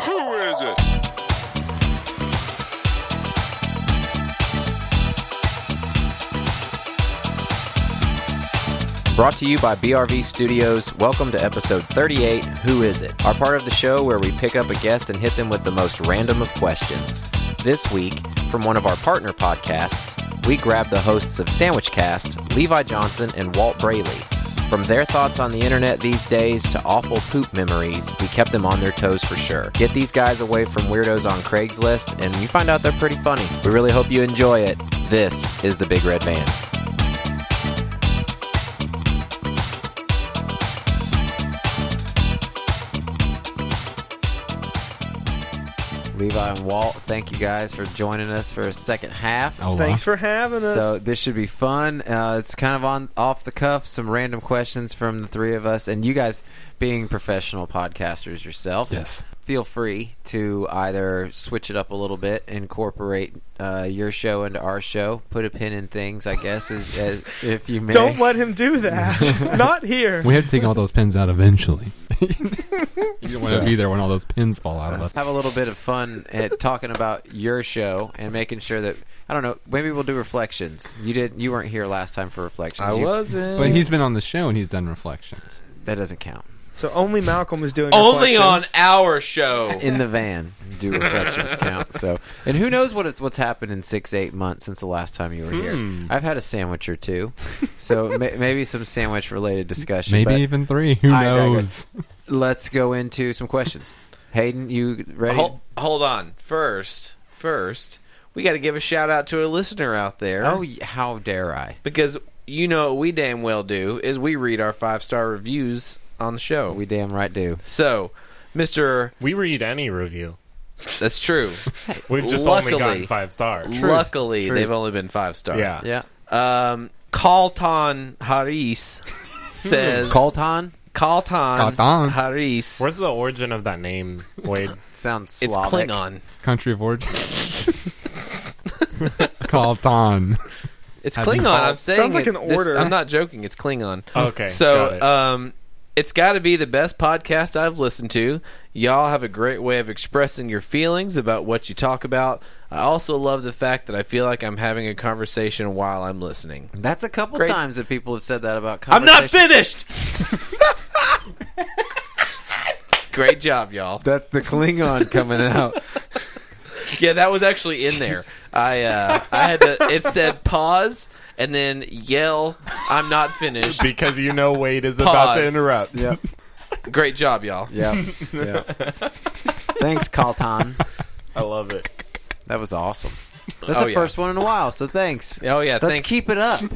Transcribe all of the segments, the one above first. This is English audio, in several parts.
Who is it? Brought to you by BRV Studios. Welcome to episode 38 Who Is It? Our part of the show where we pick up a guest and hit them with the most random of questions. This week, from one of our partner podcasts, we grabbed the hosts of Sandwich Cast, Levi Johnson and Walt Braley. From their thoughts on the internet these days to awful poop memories, we kept them on their toes for sure. Get these guys away from weirdos on Craigslist, and you find out they're pretty funny. We really hope you enjoy it. This is the Big Red Van. Levi and Walt, thank you guys for joining us for a second half. Oh, Thanks wow. for having us. So this should be fun. Uh, it's kind of on off the cuff, some random questions from the three of us, and you guys, being professional podcasters yourself, Yes. feel free to either switch it up a little bit, incorporate uh, your show into our show, put a pin in things, I guess, as, as if you may. Don't let him do that. Not here. We have to take all those pins out eventually. you don't want to be there when all those pins fall out of us. Let's have a little bit of fun at talking about your show and making sure that I don't know. Maybe we'll do reflections. You did. You weren't here last time for reflections. You- wasn't. But he's been on the show and he's done reflections. that doesn't count. So only Malcolm is doing only on reflections. our show. In the van, do reflections count? So, and who knows what it's, what's happened in six eight months since the last time you were here? I've had a sandwich or two, so may, maybe some sandwich related discussion. Maybe but even three. Who I knows? digress. let's go into some questions. Hayden, you ready? Hol- hold on. First, first, we got to give a shout out to a listener out there. Oh, y- how dare I? because you know what we damn well do is we read our five star reviews on the show. We damn right do. so, Mister, We read any review. that's true. We've just Luckily. only gotten five stars. Luckily, Truth. they've only been five star. Yeah. Yeah, Um, Carlton Haris says Colton Um, Carlton Carlton. Haris. Where's the origin of that name, Wade? sounds It's Slavic. Klingon. Country of origin. Called on. It's Have you- Klingon. I'm saying Sounds like it- an this- order. I'm not joking. It's Klingon. Okay, So, got it. um, it's got to be the best podcast I've listened to. Y'all have a great way of expressing your feelings about what you talk about. I also love the fact that I feel like I'm having a conversation while I'm listening. That's a couple Great. times that people have said that about. I'm not conversation- finished. great job, y'all. That's the Klingon coming out. Yeah, that was actually in there. I uh, I had to. It said pause and then yell. I'm not finished. Because you know Wade is about about to to Pause. interrupt. Yep. Great job, y'all. Yeah. yeah. Thanks, Colton. I love it. That was awesome. That's Oh, the yeah. first one in a while, so thanks. Oh yeah, Let's thank keep it up. So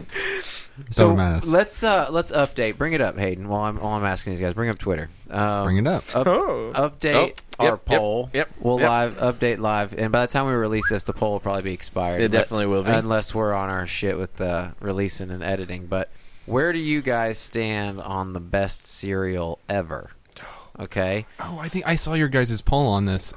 So mad at us. let's uh, let's update. Bring it up, Hayden. While I'm while I'm asking these guys, bring up Twitter. Um, Bring it up. Up, Oh. Update Oh, yep, our yep, poll. yep, We'll yep. live update live, and by the time we release this, the poll will probably be expired. It definitely will be. unless we're on our shit with uh, releasing and editing. But where do you guys stand on the best cereal ever? Okay. Oh, I think I saw your guys' poll on this.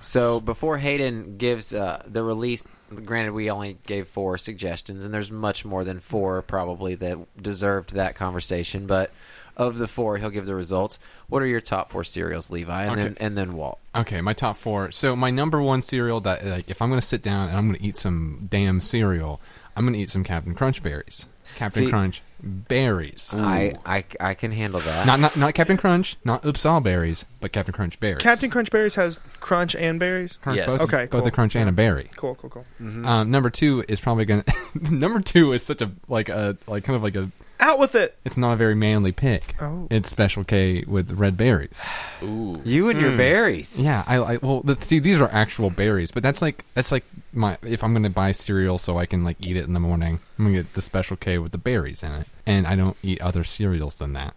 So before Hayden gives uh, the release, granted we only gave four suggestions, and there's much more than four probably that deserved that conversation. But of the four, he'll give the results. What are your top four cereals, Levi, and then Okay. and then Walt? Okay, my top four. So my number one cereal that like if I'm gonna sit down and I'm gonna eat some damn cereal, I'm gonna eat some Captain Crunch berries. Captain See- Crunch berries. I, I I can handle that. Not not not Captain Crunch, not oops all berries, but Captain Crunch berries. Captain Crunch Berries has crunch and berries. Crunch Yes. both, Okay, both the cool. Mm-hmm. crunch and a berry. Cool, cool, cool. Um, number two is probably gonna. number two is such a like a like kind of like a. Out with it. It's not a very manly pick. Oh. It's Special K with red berries. you and your berries. Yeah, I, I well, the, see, these are actual berries, but that's like that's like my if I'm gonna buy cereal so I can like eat it in the morning, I'm gonna get the Special K with the berries in it, and I don't eat other cereals than that.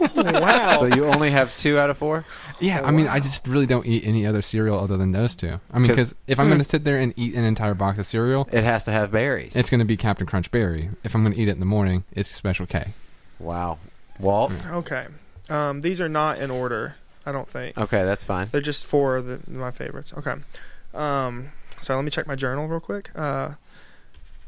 wow. So you only have two out of four? Yeah, Oh, I mean, I just really don't eat any other cereal other than those two. I mean, 'Cause- because if I'm going to Hmm. sit there and eat an entire box of cereal, It has to have berries. it's going to be Captain Crunch Berry. If I'm going to eat it in the morning, it's Special K. wow. Walt? Hmm. okay. Um, these are not in order. I don't think Okay, that's fine. they're just four of the, my favorites. Okay. Um, so let me check my journal real quick. Uh,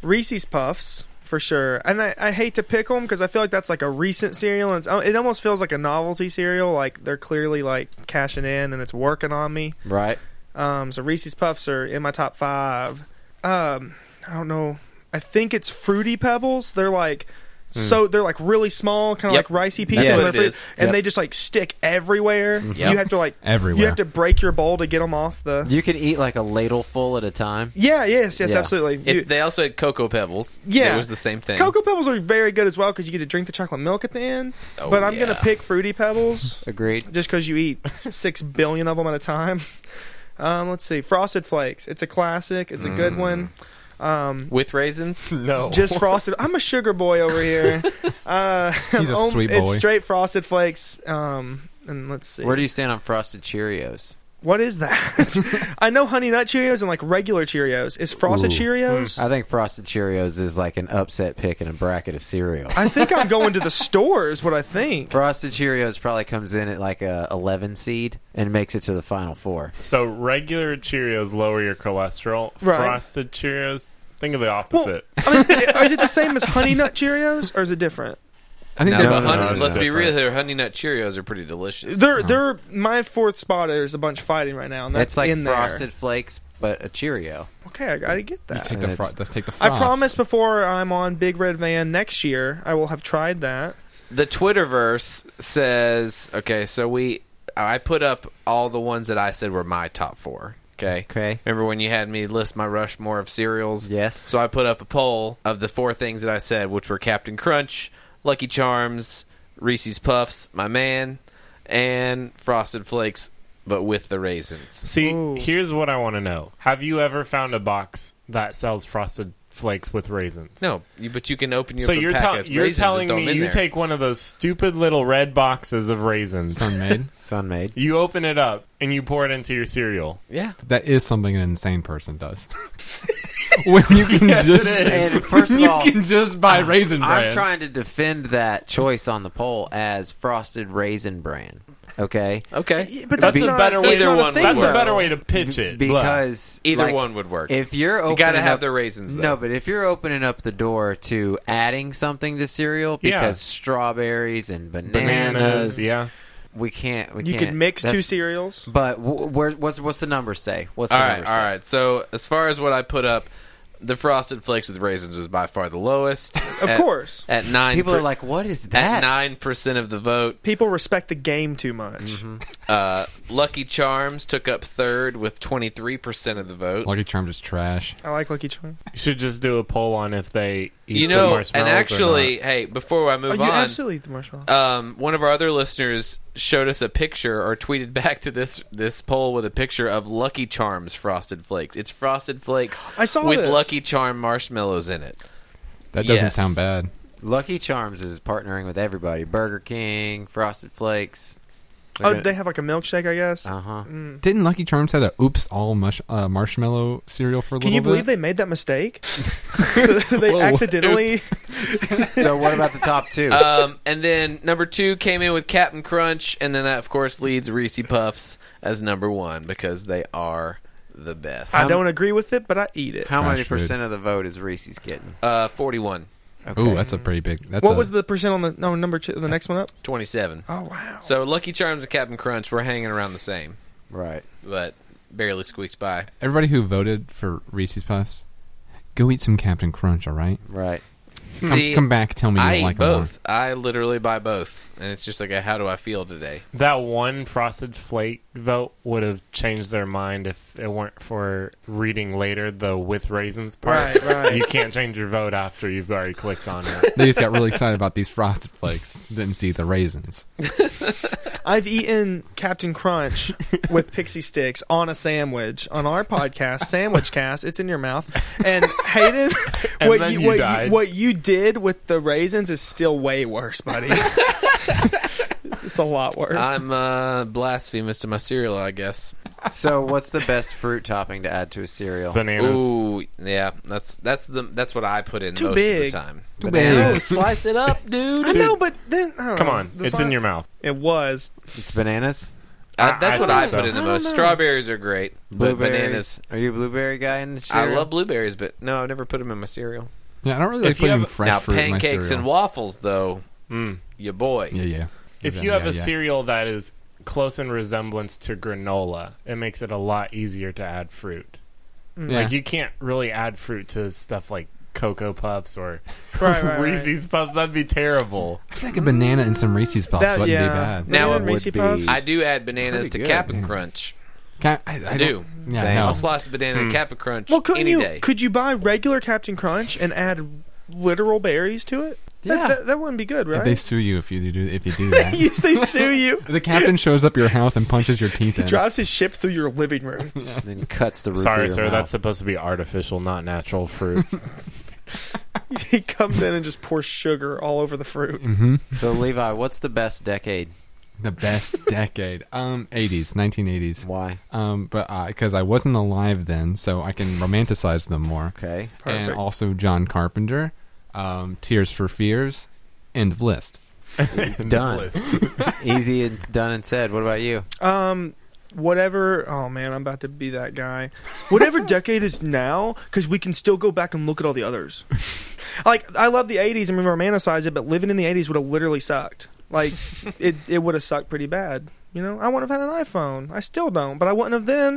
Reese's Puffs for sure, and I, I hate to pick them because I feel like that's like a recent cereal, and it's, it almost feels like a novelty cereal. Like they're clearly like cashing in, and it's working on me. Right? Um, so Reese's Puffs are in my top five. Um, I don't know. I think it's Fruity Pebbles. They're like so they're like really small, kind of Yep. like ricey That's pieces, what of it fruit, is. and Yep. they just like stick everywhere. Yep. You have to like Everywhere. you have to break your bowl to get them off the. You can eat like a ladle full at a time. Yeah. Yes. Yes. Yeah. Absolutely. You- If they also had Cocoa Pebbles. Yeah. It was the same thing. Cocoa Pebbles are very good as well because you get to drink the chocolate milk at the end. Oh, but I'm gonna yeah. pick Fruity Pebbles Agreed. just because you eat six billion of them at a time. Um, let's see, Frosted Flakes. It's a classic. It's a good one. Um, With raisins? No. just frosted. I'm a sugar boy over here. Uh, He's a um, sweet It's boy. straight frosted flakes. Um, and let's see. Where do you stand on frosted Cheerios? what is that? I know Honey Nut Cheerios and like regular Cheerios. Is frosted Ooh. Cheerios? I think frosted Cheerios is like an upset pick in a bracket of cereal. Hmm. I think I'm going to the store. Is what I think. Frosted Cheerios probably comes in at like a 11 seed and makes it to the final four. So regular Cheerios lower your cholesterol. Right. Frosted Cheerios, think of the opposite. I mean, is it the same as Honey Nut Cheerios, or is it different? I think No, they're but no, no, honey, no, let's no. be real here. Honey Nut Cheerios are pretty delicious. They're they're my fourth spot. There's a bunch fighting right now, and that's it's like in there. frosted flakes, but a Cheerio. Okay, I gotta get that. take the, fro- It's- the take the I frost. promise before I'm on Big Red Van next year, I will have tried that. the Twitterverse says, okay, so we I put up all the ones that I said were my top four. Okay. Okay. Remember when you had me list my Rushmore of cereals? Yes. So I put up a poll of the four things that I said, which were Captain Crunch, Lucky Charms, Reese's Puffs, my man, and Frosted Flakes, but with the raisins. See, Ooh. here's what I want to know: Have you ever found a box that sells frosted flakes with raisins? No, you, but you can open your So you're, tell- packets, you're raisins and telling throw 'em me in you there. take one of those stupid little red boxes of raisins, Unmade. Sun made. you open it up, and you pour it into your cereal. yeah. That is something an insane person does. when you can just And first of you all, can just buy raisin bran. I'm trying to defend that choice on the poll as frosted raisin bran. Okay, Okay. But That's that's a not, better that's way- not Either a one thing, That's though. a better way to pitch it. Look. because Either like, one would work. If you're opening you gotta have up, the raisins. Though. No, but if you're opening up the door to adding something to cereal because Yeah. strawberries and bananas, bananas, yeah. we can't. We You can't, could mix two that's- cereals. But w- where, what's what's the number say? What's All the right, number all say? right. So as far as what I put up, the frosted flakes with raisins was by far the lowest. Of at, course. at nine. People per- are like, what is at that? nine percent of the vote. People respect the game too much. Uh, Lucky Charms took up third with twenty three percent of the vote. Lucky Charms is trash. I like Lucky Charms. You should just do a poll on if they eat you the know, and marshmallows or actually, not. hey, before I Oh, move you on, absolutely eat the marshmallow. um, one of our other listeners showed us a picture or tweeted back to this this poll with a picture of Lucky Charms frosted flakes. It's frosted flakes I saw with this. Lucky Charm marshmallows in it. That doesn't Yes. sound bad. Lucky Charms is partnering with everybody: Burger King, Frosted Flakes. Oh, they have like a milkshake, I guess. Uh huh. Hmm. Didn't Lucky Charms had a oops all mush, uh, marshmallow cereal for a little Can you bit? believe they made that mistake? they accidentally. So what about the top two? um, and then number two came in with Captain Crunch, and then that of course leads Reese Puffs as number one because they are the best. I don't agree with it, but I eat it. How many Trash food. percent of the vote is Reese's getting? Uh, 41, Okay. Ooh, that's a pretty big. That's what a, was the percent on the no number two? The next one up. 27. Oh wow. So Lucky Charms and Captain Crunch were hanging around the same, right. but barely squeaked by. everybody who voted for Reese's Puffs? Go eat some Captain Crunch, all right? Right. Come- See, Hmm. come, back, tell me you I don't eat like them. both. I literally buy both, and it's just like, a, how do I feel today? that one frosted flake vote would have changed their mind if it weren't for reading later the with raisins part. Right, right. You can't change your vote after you've already clicked on it. They just got really excited about these frosted flakes. Didn't see the raisins. I've eaten Captain Crunch with pixie sticks on a sandwich on our podcast, Sandwich Cast. It's in your mouth. And Hayden, And what, then you, you what, you, died. what you did with the raisins is still way worse, buddy. It's a lot worse. I'm uh, blasphemous to my cereal, I guess. So, what's the best fruit topping to add to a cereal? Bananas. Ooh, yeah, that's that's the that's what I put in Too most big. of the time. Banana. Oh, slice it up, dude. I know, but then I don't Come know. on, The it's song- in your mouth. It was. It's bananas. I, that's I what think I so. put in the I most. don't know. Strawberries are great, but Blueberries. bananas. Are you a blueberry guy in the I cereal? love blueberries, but no, I've never put them in my cereal. Yeah, I don't really like If you putting have- fresh now fruit in my pancakes cereal. and waffles, though, Mm. your boy. yeah, yeah. If Yeah, you have yeah, a yeah. cereal that is close in resemblance to granola, it makes it a lot easier to add fruit. Yeah. Like you can't really add fruit to stuff like Cocoa Puffs or Right, right, right. Reese's Puffs. That'd be terrible. I feel like a banana and some Reese's Puffs That- wouldn't yeah. be bad. Now Banana it would Reese's be- Puffs? I do add bananas to Pretty good. Mm. Cap'n Crunch. Can I, I, I, do. don't- Yeah, Same. no. I'll slice a banana and Cap'n Crunch Mm. Well, couldn't any you? day. Could you buy regular Captain Crunch and add literal berries to it? That- Yeah. that, that, wouldn't be good, They right? sue you if you do if you do that. Yes, they sue you. The captain shows up at your house and punches your teeth in. Drives his ship through your living room. Then cuts the roof. of Sorry, your sir. mouth. That's supposed to be artificial, not natural fruit. he comes in and just pours sugar all over the fruit. hmm so. Levi, what's the best decade? The best decade, um, eighties, nineteen eighties. Why? Um, but because I wasn't alive then, so I can romanticize them more. Okay. Perfect. And also John Carpenter, um, Tears for Fears, end of list. Done. Ah. Easy and done and said. What about you? Um, whatever. Oh man, I'm about to be that guy. Whatever decade is now, because we can still go back and look at all the others. like I love the '80s and we romanticize it, but living in the '80s would have literally sucked. Like it, it would have sucked pretty bad. You know, I wouldn't have had an iPhone. I still don't, but I wouldn't have then.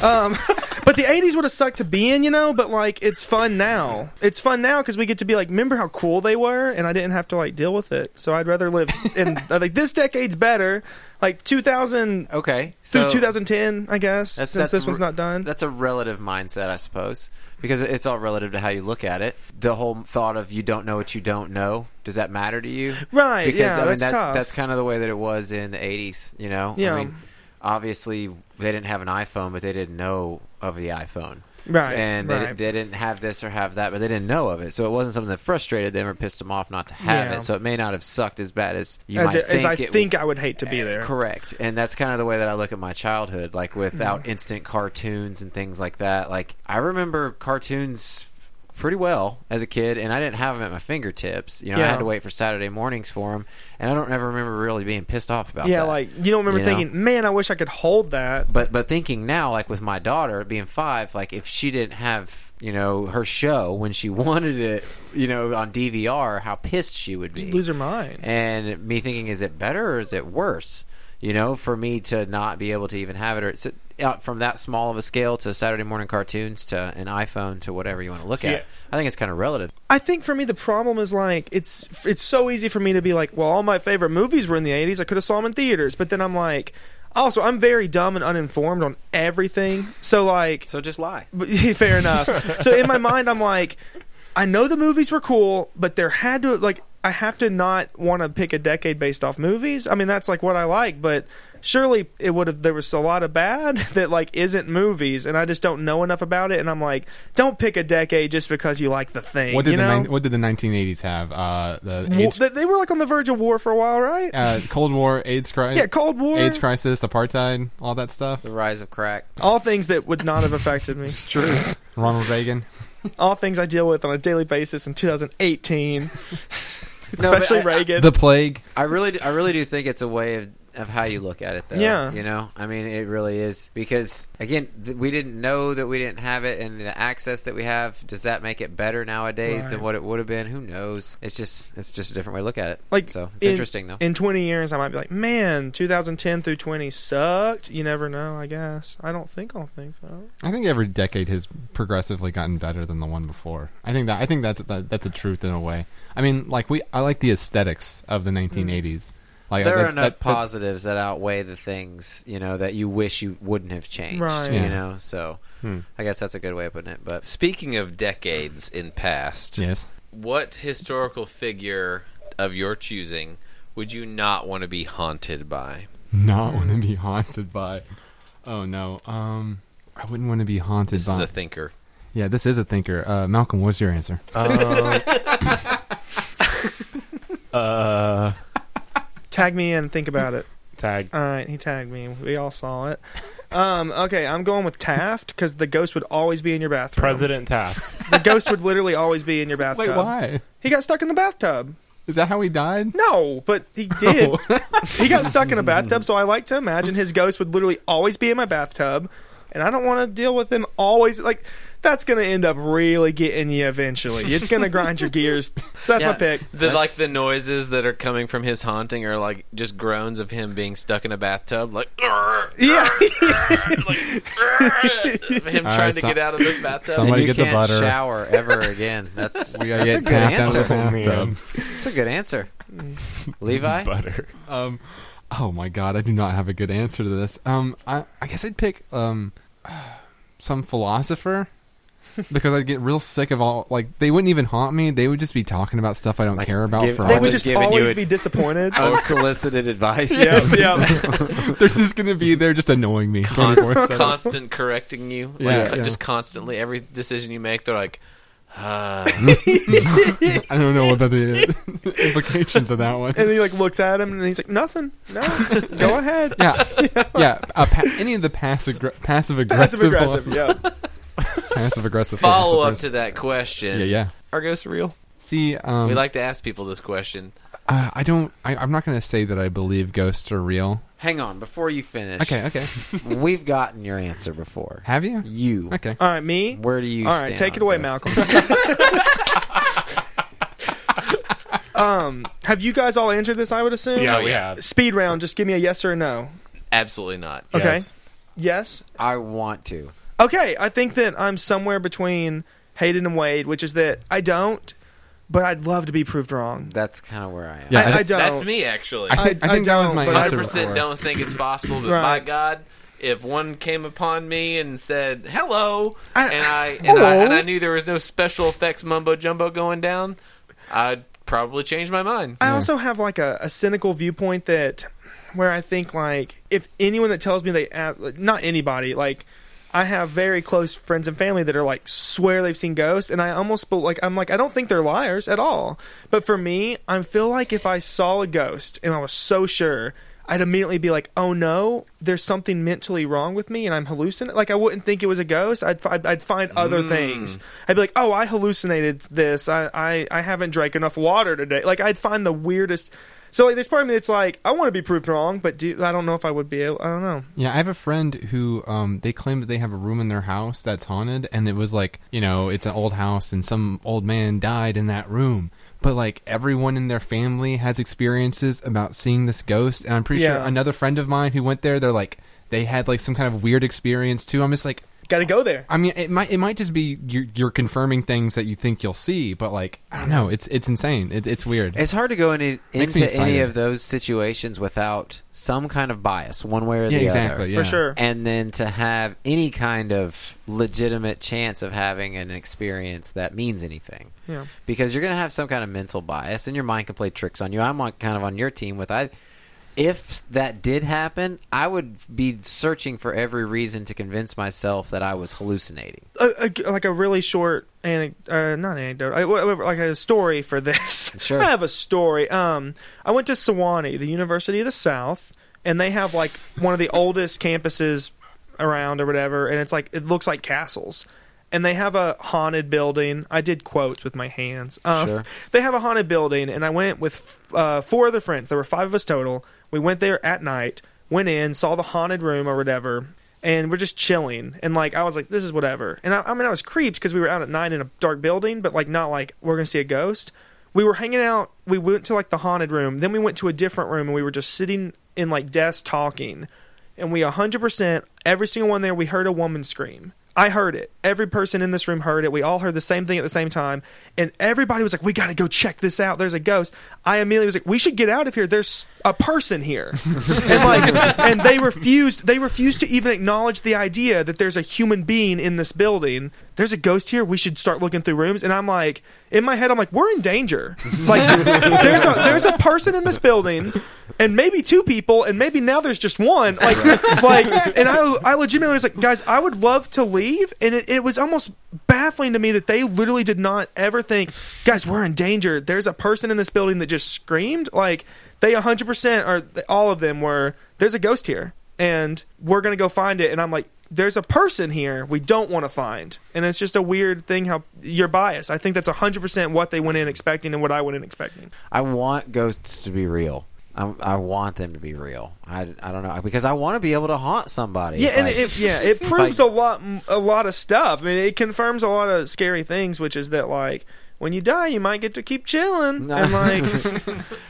um, but the '80s would have sucked to be in, you know. But like, it's fun now. It's fun now because we get to be like, remember how cool they were, and I didn't have to like deal with it. So I'd rather live in uh, like this decade's better. Like 2000, Okay. so So 2010, I guess, That's- that's since this one's re- not done. That's a relative mindset, I suppose, because it's all relative to how you look at it. The whole thought of you don't know what you don't know, does that matter to you? right, Because yeah, I mean, that's that, tough. That's kind of the way that it was in the '80s. You know, Yeah. I mean, obviously they didn't have an iPhone, but they didn't know of the iPhone, right, and they, right. they didn't have this or have that, but they didn't know of it. So it wasn't something that frustrated them or pissed them off not to have Yeah. it. So it may not have sucked as bad as you as, might it- think. as I it eh, think I would hate to be there. Correct. And that's kind of the way that I look at my childhood, like Mm-hmm. without instant cartoons and things like that. Like I remember cartoons pretty well as a kid and I didn't have them at my fingertips. You know, I Yeah. had to wait for Saturday mornings for them and I don't ever remember really being pissed off about yeah, that. like you don't remember You know? thinking, man, I wish I could hold that. but but thinking now like with my daughter being 5, like if she didn't have, you know, her show when she wanted it, you know, on DVR, how pissed she would be. You'd lose her mind. and me thinking is it better or is it worse you know for me to not be able to even have it or it's out from that small of a scale to saturday morning cartoons to an iphone to whatever you want to look See, at i think it's kind of relative I think for me the problem is like it's it's so easy for me to be like, well, all my favorite movies were in the '80s. I could have saw them in theaters, but then I'm like, also I'm very dumb and uninformed on everything. So like, so just lie But- Fair enough. so in my mind, I'm like, I know the movies were cool, but there had to like I have to not want to pick a decade based off movies. I mean, that's like what I like, but surely it would have there was a lot of bad that like isn't movies, and I just don't know enough about it. And I'm like, don't pick a decade just because you like the thing. What did you the know? nin- what did the nineteen eighties have? Uh, the Well, AIDS, they, they were like on the verge of war for a while, right? uh, Cold War, AIDS crisis, yeah, Cold War. AIDS crisis, apartheid, all that stuff. the rise of crack All things that would not have affected me. Ronald Reagan. All things I deal with on a daily basis in 2018, No, but especially I- Reagan. the plague. I really, do- I really do think it's a way of, of how you look at it, though. Yeah. you know, I mean, it really is because again, th- we didn't know that we didn't have it, and the access that we have does that make it better nowadays than Right. what it would have been? Who knows? It's just, it's just a different way to look at it. Like, so, it's in- interesting though. in 20 years i might be like man 2010 through 20 sucked you never know i guess i don't think i'll think so I think every decade has progressively gotten better than the one before. I think that I think that's that, that's a truth in a way. I mean, like we, I like the aesthetics of the nineteen eighties. Mm. Like there are that's- enough that- that- positives that outweigh the things you know that you wish you wouldn't have changed. Right. You Yeah. know, so Hmm. I guess that's a good way of putting it. But Speaking of decades in past, Yes. what historical figure of your choosing would you not want to be haunted by? Not want to be haunted by. Oh no. Um, I wouldn't want to be haunted This by. is a thinker. yeah, this is a thinker. Uh, Malcolm, what's your answer? Uh, uh, Tag me in. Think about it. Tag. All right, he tagged me. We all saw it. Um, okay, I'm going with Taft because the ghost would always be in your bathroom. President Taft. The ghost would literally always be in your bathtub. Wait, why? He got stuck in the bathtub. Is that how he died? No, but he Oh. did. he got stuck in a bathtub, so I like to imagine his ghost would literally always be in my bathtub, and I don't want to deal with him always. Like, that's going to end up really getting you eventually. It's going to grind your gears. So that's my pick. The, like the That's- noises that are coming from his haunting are like just groans of him being stuck in a bathtub, like, Yeah. like him trying All right, to so- get out of this bathtub. somebody- and you get the can't butter. shower ever again. That's that's We gotta a get good tapped out answer. of the bathtub. Man. That's a good answer. Levi, Butter. Um, oh my god, I do not have a good answer to this. Um, I, I guess I'd pick um, some philosopher because I'd get real sick of all like they wouldn't even haunt me. They would just be talking about stuff I don't Like, care about give- for they all. would just just, giving you always a- be disappointed. unsolicited advice. yeah, yeah. They're just gonna be there, just annoying me. 24/7. constant correcting you, like, Yeah, co- yeah. just constantly every decision you make. They're like, uh, I don't know what the implications of that one. And he like looks at him, and he's like, "Nothing. No, go ahead." Yeah, yeah. A pa- any of the passive aggra- passive aggressive Passive aggressive. Yeah. passive aggressive follow up to that question. yeah, yeah. Are ghosts real? See, um, we like to ask people this question. uh, I don't. I, I'm not going to say that I believe ghosts are real. Hang on, before you finish. Okay, okay. We've gotten your answer before. Have you? You. Okay. All right, me. Where do you All stand right, take it on away, this? Malcolm. um, have you guys all answered this? I would assume. Yeah, we have. Speed round. Just give me a yes or a no. Absolutely not. Okay. Yes. Yes. I want to. Okay. I think that I'm somewhere between Hayden and Wade, which is that I don't, but I'd love to be proved wrong. That's kind of where I am. Yeah, I, I that's- don't. That's me, actually. I think, I- I think I that was don't, my but I- answer. hundred percent before. don't think it's possible, but Right. by God, if one came upon me and said hello, I- and I and, I Hello? and I knew there was no special effects mumbo jumbo going down, I'd probably change my mind. I also have like a, a cynical viewpoint that where I think like if anyone that tells me they ab- like, not anybody like I have very close friends and family that are like swear they've seen ghosts and I almost be- like I'm like I don't think they're liars at all. But for me, I feel like if I saw a ghost and I was so sure I'd immediately be like, "Oh no, there's something mentally wrong with me, and I'm hallucinating." Like I wouldn't think it was a ghost. I'd fi- I'd find other things. I'd be like, "Oh, I hallucinated this. I, I I haven't drank enough water today." Like I'd find the weirdest. So like, there's part of me that's like, I want to be proved wrong, but do, I don't know if I would be. Able, I don't know. Yeah, I have a friend who um, they claim that they have a room in their house that's haunted, and it was like you know it's an old house, and some old man died in that room. But like everyone in their family has experiences about seeing this ghost, and I'm pretty sure Yeah. another friend of mine who went there, they're like they had like some kind of weird experience too. I'm just like, Got to go there. I mean, it might it might just be you're, you're confirming things that you think you'll see, but like I don't know, it's it's insane, it, it's weird. It's hard to go any, Makes me into any excited. of those situations without some kind of bias, one way or yeah, the exactly, other. yeah. For sure. And then to have any kind of legitimate chance of having an experience that means anything. Yeah. because you're going to have some kind of mental bias and your mind can play tricks on you. I'm on, kind of on your team with I if that did happen, I would be searching for every reason to convince myself that I was hallucinating. a, a- like a really short anecdote, uh, not anecdote, I, whatever, like a story for this. Sure. I have a story. Um, I went to Sewanee, the University of the South, and they have like one of the oldest campuses around or whatever, and it's like it looks like castles. And they have a haunted building. I did quotes with my hands. Um, Sure. They have a haunted building, and I went with uh, four other friends. There were five of us total. We went there at night, went in, saw the haunted room or whatever, and we're just chilling. And like, I was like, this is whatever. And I, I mean, I was creeped because we were out at night in a dark building, but like, not like we're gonna see a ghost. We were hanging out. We went to like the haunted room, then we went to a different room, and we were just sitting in like desks talking and we 100% every single one there we heard a woman scream i heard it every person in this room heard it we all heard the same thing at the same time and everybody was like we gotta go check this out there's a ghost i immediately was like we should get out of here there's a person here and like and they refused they refused to even acknowledge the idea that there's a human being in this building there's a ghost here we should start looking through rooms and i'm like in my head i'm like we're in danger like there's a there's a person in this building and maybe two people and maybe now there's just one like like and i i legitimately was like guys i would love to leave and it, it was almost baffling to me that they literally did not ever think guys we're in danger there's a person in this building that just screamed like They 100% or th- all of them were there's a ghost here and we're going to go find it and I'm like there's a person here we don't want to find. And it's just a weird thing how you're biased. I think that's 100% what they went in expecting and what I went in expecting. I want ghosts to be real. I, I want them to be real. I, I don't know because I want to be able to haunt somebody. Yeah, and Like- it, yeah, it proves a lot, a lot of stuff. I mean, it confirms a lot of scary things, which is that like when you die, you might get to keep chilling, No. and like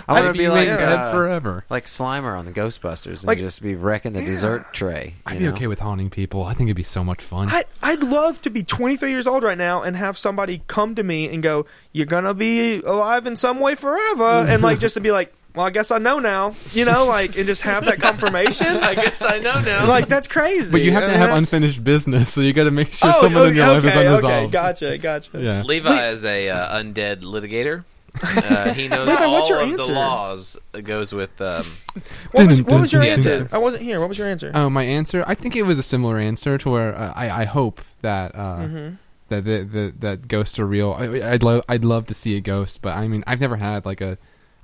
I want to be like in uh, forever. like Slimer on the Ghostbusters and Like- just be wrecking the dessert tray. I'd you be know? okay with haunting people. I think it'd be so much fun. I, I'd love to be 23 years old right now and have somebody come to me and go, "You're gonna be alive in some way forever," and like just to be like, "Well, I guess I know now," you know, like and just have that confirmation. I guess I know now. like that's crazy. but you have I to mean, have that's- unfinished business, so you got to make sure Oh, someone in your okay, life is okay, unresolved. Okay, gotcha, gotcha. Yeah. Levi is a uh, undead litigator. Uh, he knows Levi, all what's your of the answer? laws. That goes with um, What was, what was your Yeah, answer? dude. I wasn't here. What was your answer? Oh, my answer. I think it was a similar answer to where uh, I I hope that. Uh, Mm-hmm. That, that, that that ghosts are real. I, I'd love I'd love to see a ghost, but I mean I've never had like a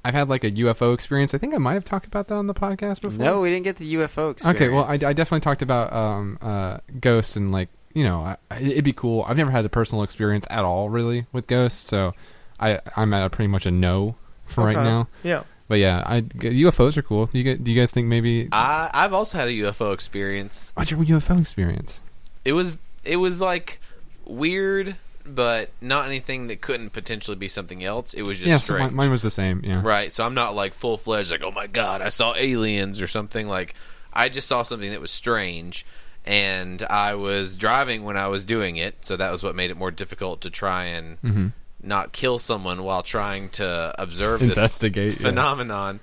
I've had like a UFO experience. I think I might have talked about that on the podcast before. No, we didn't get the UFO experience. Okay, well, I, I definitely talked about um, uh, ghosts and like you know, I, I- it'd be cool. I've never had a personal experience at all, really, with ghosts, so I I'm at a pretty much a no for right Okay. now. Uh-huh. Yeah. But yeah, I g- UFOs are cool. Do you gu- do you guys think maybe I, I've also had a UFO experience. what's your UFO experience? It was it was like weird, but not anything that couldn't potentially be something else. It was just yeah, so strange. mine, mine was the same. Yeah, Right. So I'm not like full fledged like, oh my god, I saw aliens or something. Like I just saw something that was strange and I was driving when I was doing it, so that was what made it more difficult to try and Mm-hmm. not kill someone while trying to observe Investigate, this yeah. phenomenon.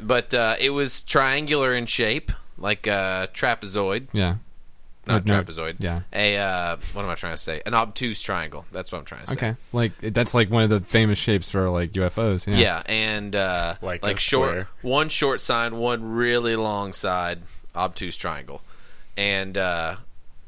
But uh, it was triangular in shape, like a trapezoid, yeah, not No, no, trapezoid. yeah. A uh, what am I trying to say? An obtuse triangle. That's what I'm trying to say. Okay, like that's like one of the famous shapes for like UFOs. Yeah, Yeah, and uh, like, Like a short square. one short side, one really long side, obtuse triangle, and uh,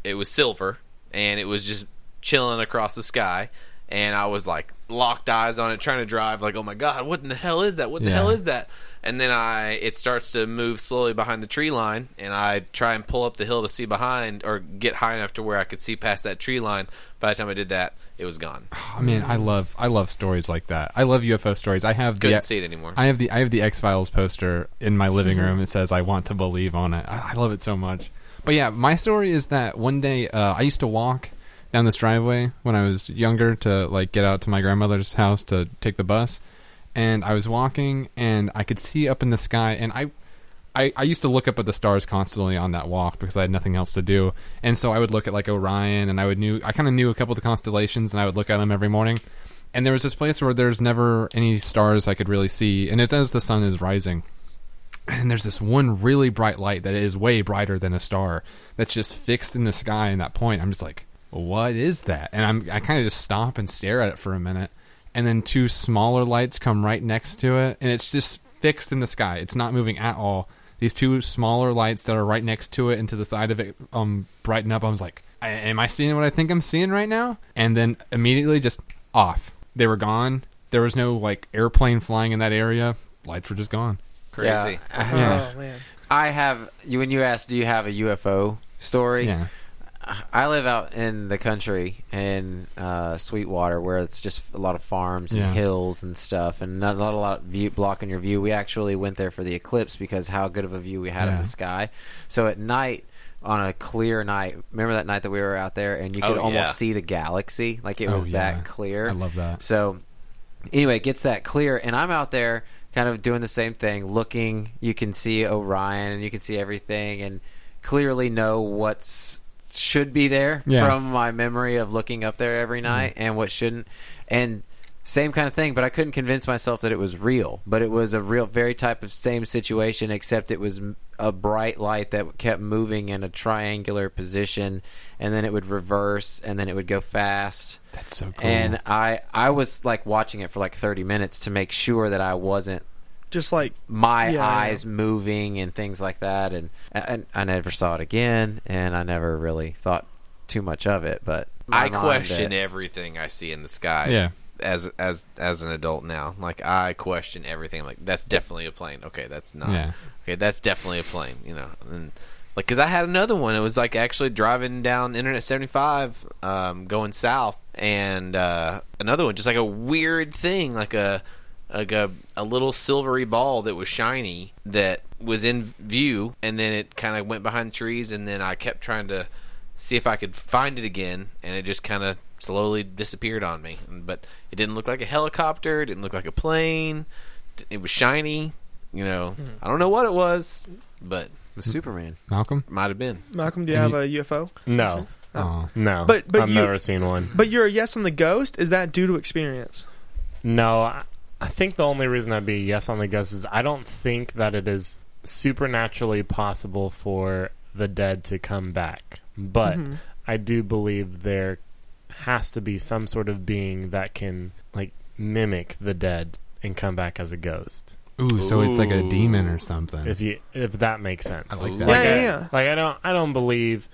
it was silver, and it was just chilling across the sky, and I was like locked eyes on it, trying to drive, like oh my god, what in the hell is that? What the Yeah. hell is that? And then I it starts to move slowly behind the tree line, and I try and pull up the hill to see behind or get high enough to where I could see past that tree line. By the time I did that, it was gone. I mean, Ah, I love I love stories like that. I love UFO stories. I have Couldn't the see it anymore. I have the I have the X Files poster in my living room. It says "I want to believe" on it. I, I love it so much. But yeah, my story is that one day uh, I used to walk down this driveway when I was younger to like get out to my grandmother's house to take the bus, and I was walking and I could see up in the sky, and I I, I used to look up at the stars constantly on that walk because I had nothing else to do, and so I would look at like Orion, and I would knew I kind of knew a couple of the constellations, and I would look at them every morning. And there was this place where there's never any stars I could really see, and it's as the sun is rising, and there's this one really bright light that is way brighter than a star that's just fixed in the sky in that point. I'm just like, what is that? And I'm I kind of just stop and stare at it for a minute, and then two smaller lights come right next to it, and it's just fixed in the sky. It's not moving at all. These two smaller lights that are right next to it and to the side of it um brighten up. I was like, "A- am I seeing what I think I'm seeing right now? And then immediately just off. They were gone. There was no like airplane flying in that area. Lights were just gone. Crazy. Yeah. Yeah. Oh man. I have you when you asked, do you have a UFO story? Yeah. I live out in the country in uh, Sweetwater, where it's just a lot of farms and Yeah. hills and stuff, and not, not a lot of view blocking your view. We actually went there for the eclipse because how good of a view we had of Yeah. the sky. So at night, on a clear night, remember that night that we were out there and you Oh, could almost yeah. see the galaxy, like it Oh, was yeah. that clear. I love that. So anyway, it gets that clear, and I'm out there kind of doing the same thing, looking. You can see Orion, and you can see everything, and clearly know what's should be there Yeah. Mm-hmm. from my memory of looking up there every night and what shouldn't. And same kind of thing, but I couldn't convince myself that it was real. But it was a real, very type of same situation, except it was m- a bright light that kept moving in a triangular position, and then it would reverse, and then it would go fast. That's so cool. And I I was like watching it for like 30 minutes to make sure that I wasn't Just like my Yeah, eyes moving and things like that and, and I never saw it again and I never really thought too much of it but my I mind, question uh, everything I see in the sky. yeah. as as as an adult now. Like I question everything. I'm like that's definitely a plane. Okay, that's not. Yeah. Okay, that's definitely a plane. You know, and like because I had another one. It was like actually driving down Internet 75, um, going south, and uh, another one just like a weird thing, like a like a, a little silvery ball that was shiny that was in view and then it kind of went behind trees and then i kept trying to see if I could find it again, and it just kind of slowly disappeared on me. But it didn't look like a helicopter. It didn't look like a plane. d- It was shiny. You know, Mm-hmm. I don't know what it was, but The Superman. Malcolm. might have been. Malcolm, do you Can have a UFO? No, Oh. no. But- but I've you- never seen one. But you're a yes on the ghost. Is that due to experience? No, I, I think the only reason I'd be a yes on the ghost is I don't think that it is supernaturally possible for the dead to come back. But Mhm. I do believe there has to be some sort of being that can like mimic the dead and come back as a ghost. Ooh, so it's like a Ooh. demon or Mm-hmm. something. If you if that makes sense. I like Ooh. that. Yeah, I- yeah, yeah. Like I don't I don't believe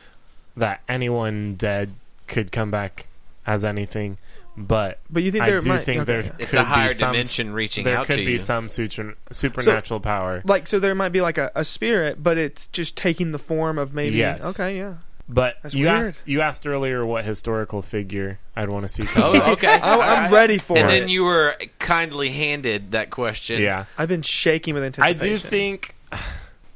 that anyone dead could come back as anything, but But you think I there do might think okay, there yeah. could It's a higher be some, dimension reaching there out could to be you. some sutra- supernatural power. like so there might be like a, a spirit, but it's just taking the form of maybe. Yes. Okay, yeah. But That's you weird. asked you asked earlier what historical figure I'd want to see. come back. Oh, okay. I, I'm ready for And it. then you were kindly handed that question. yeah, I've been shaking with I anticipation. do think.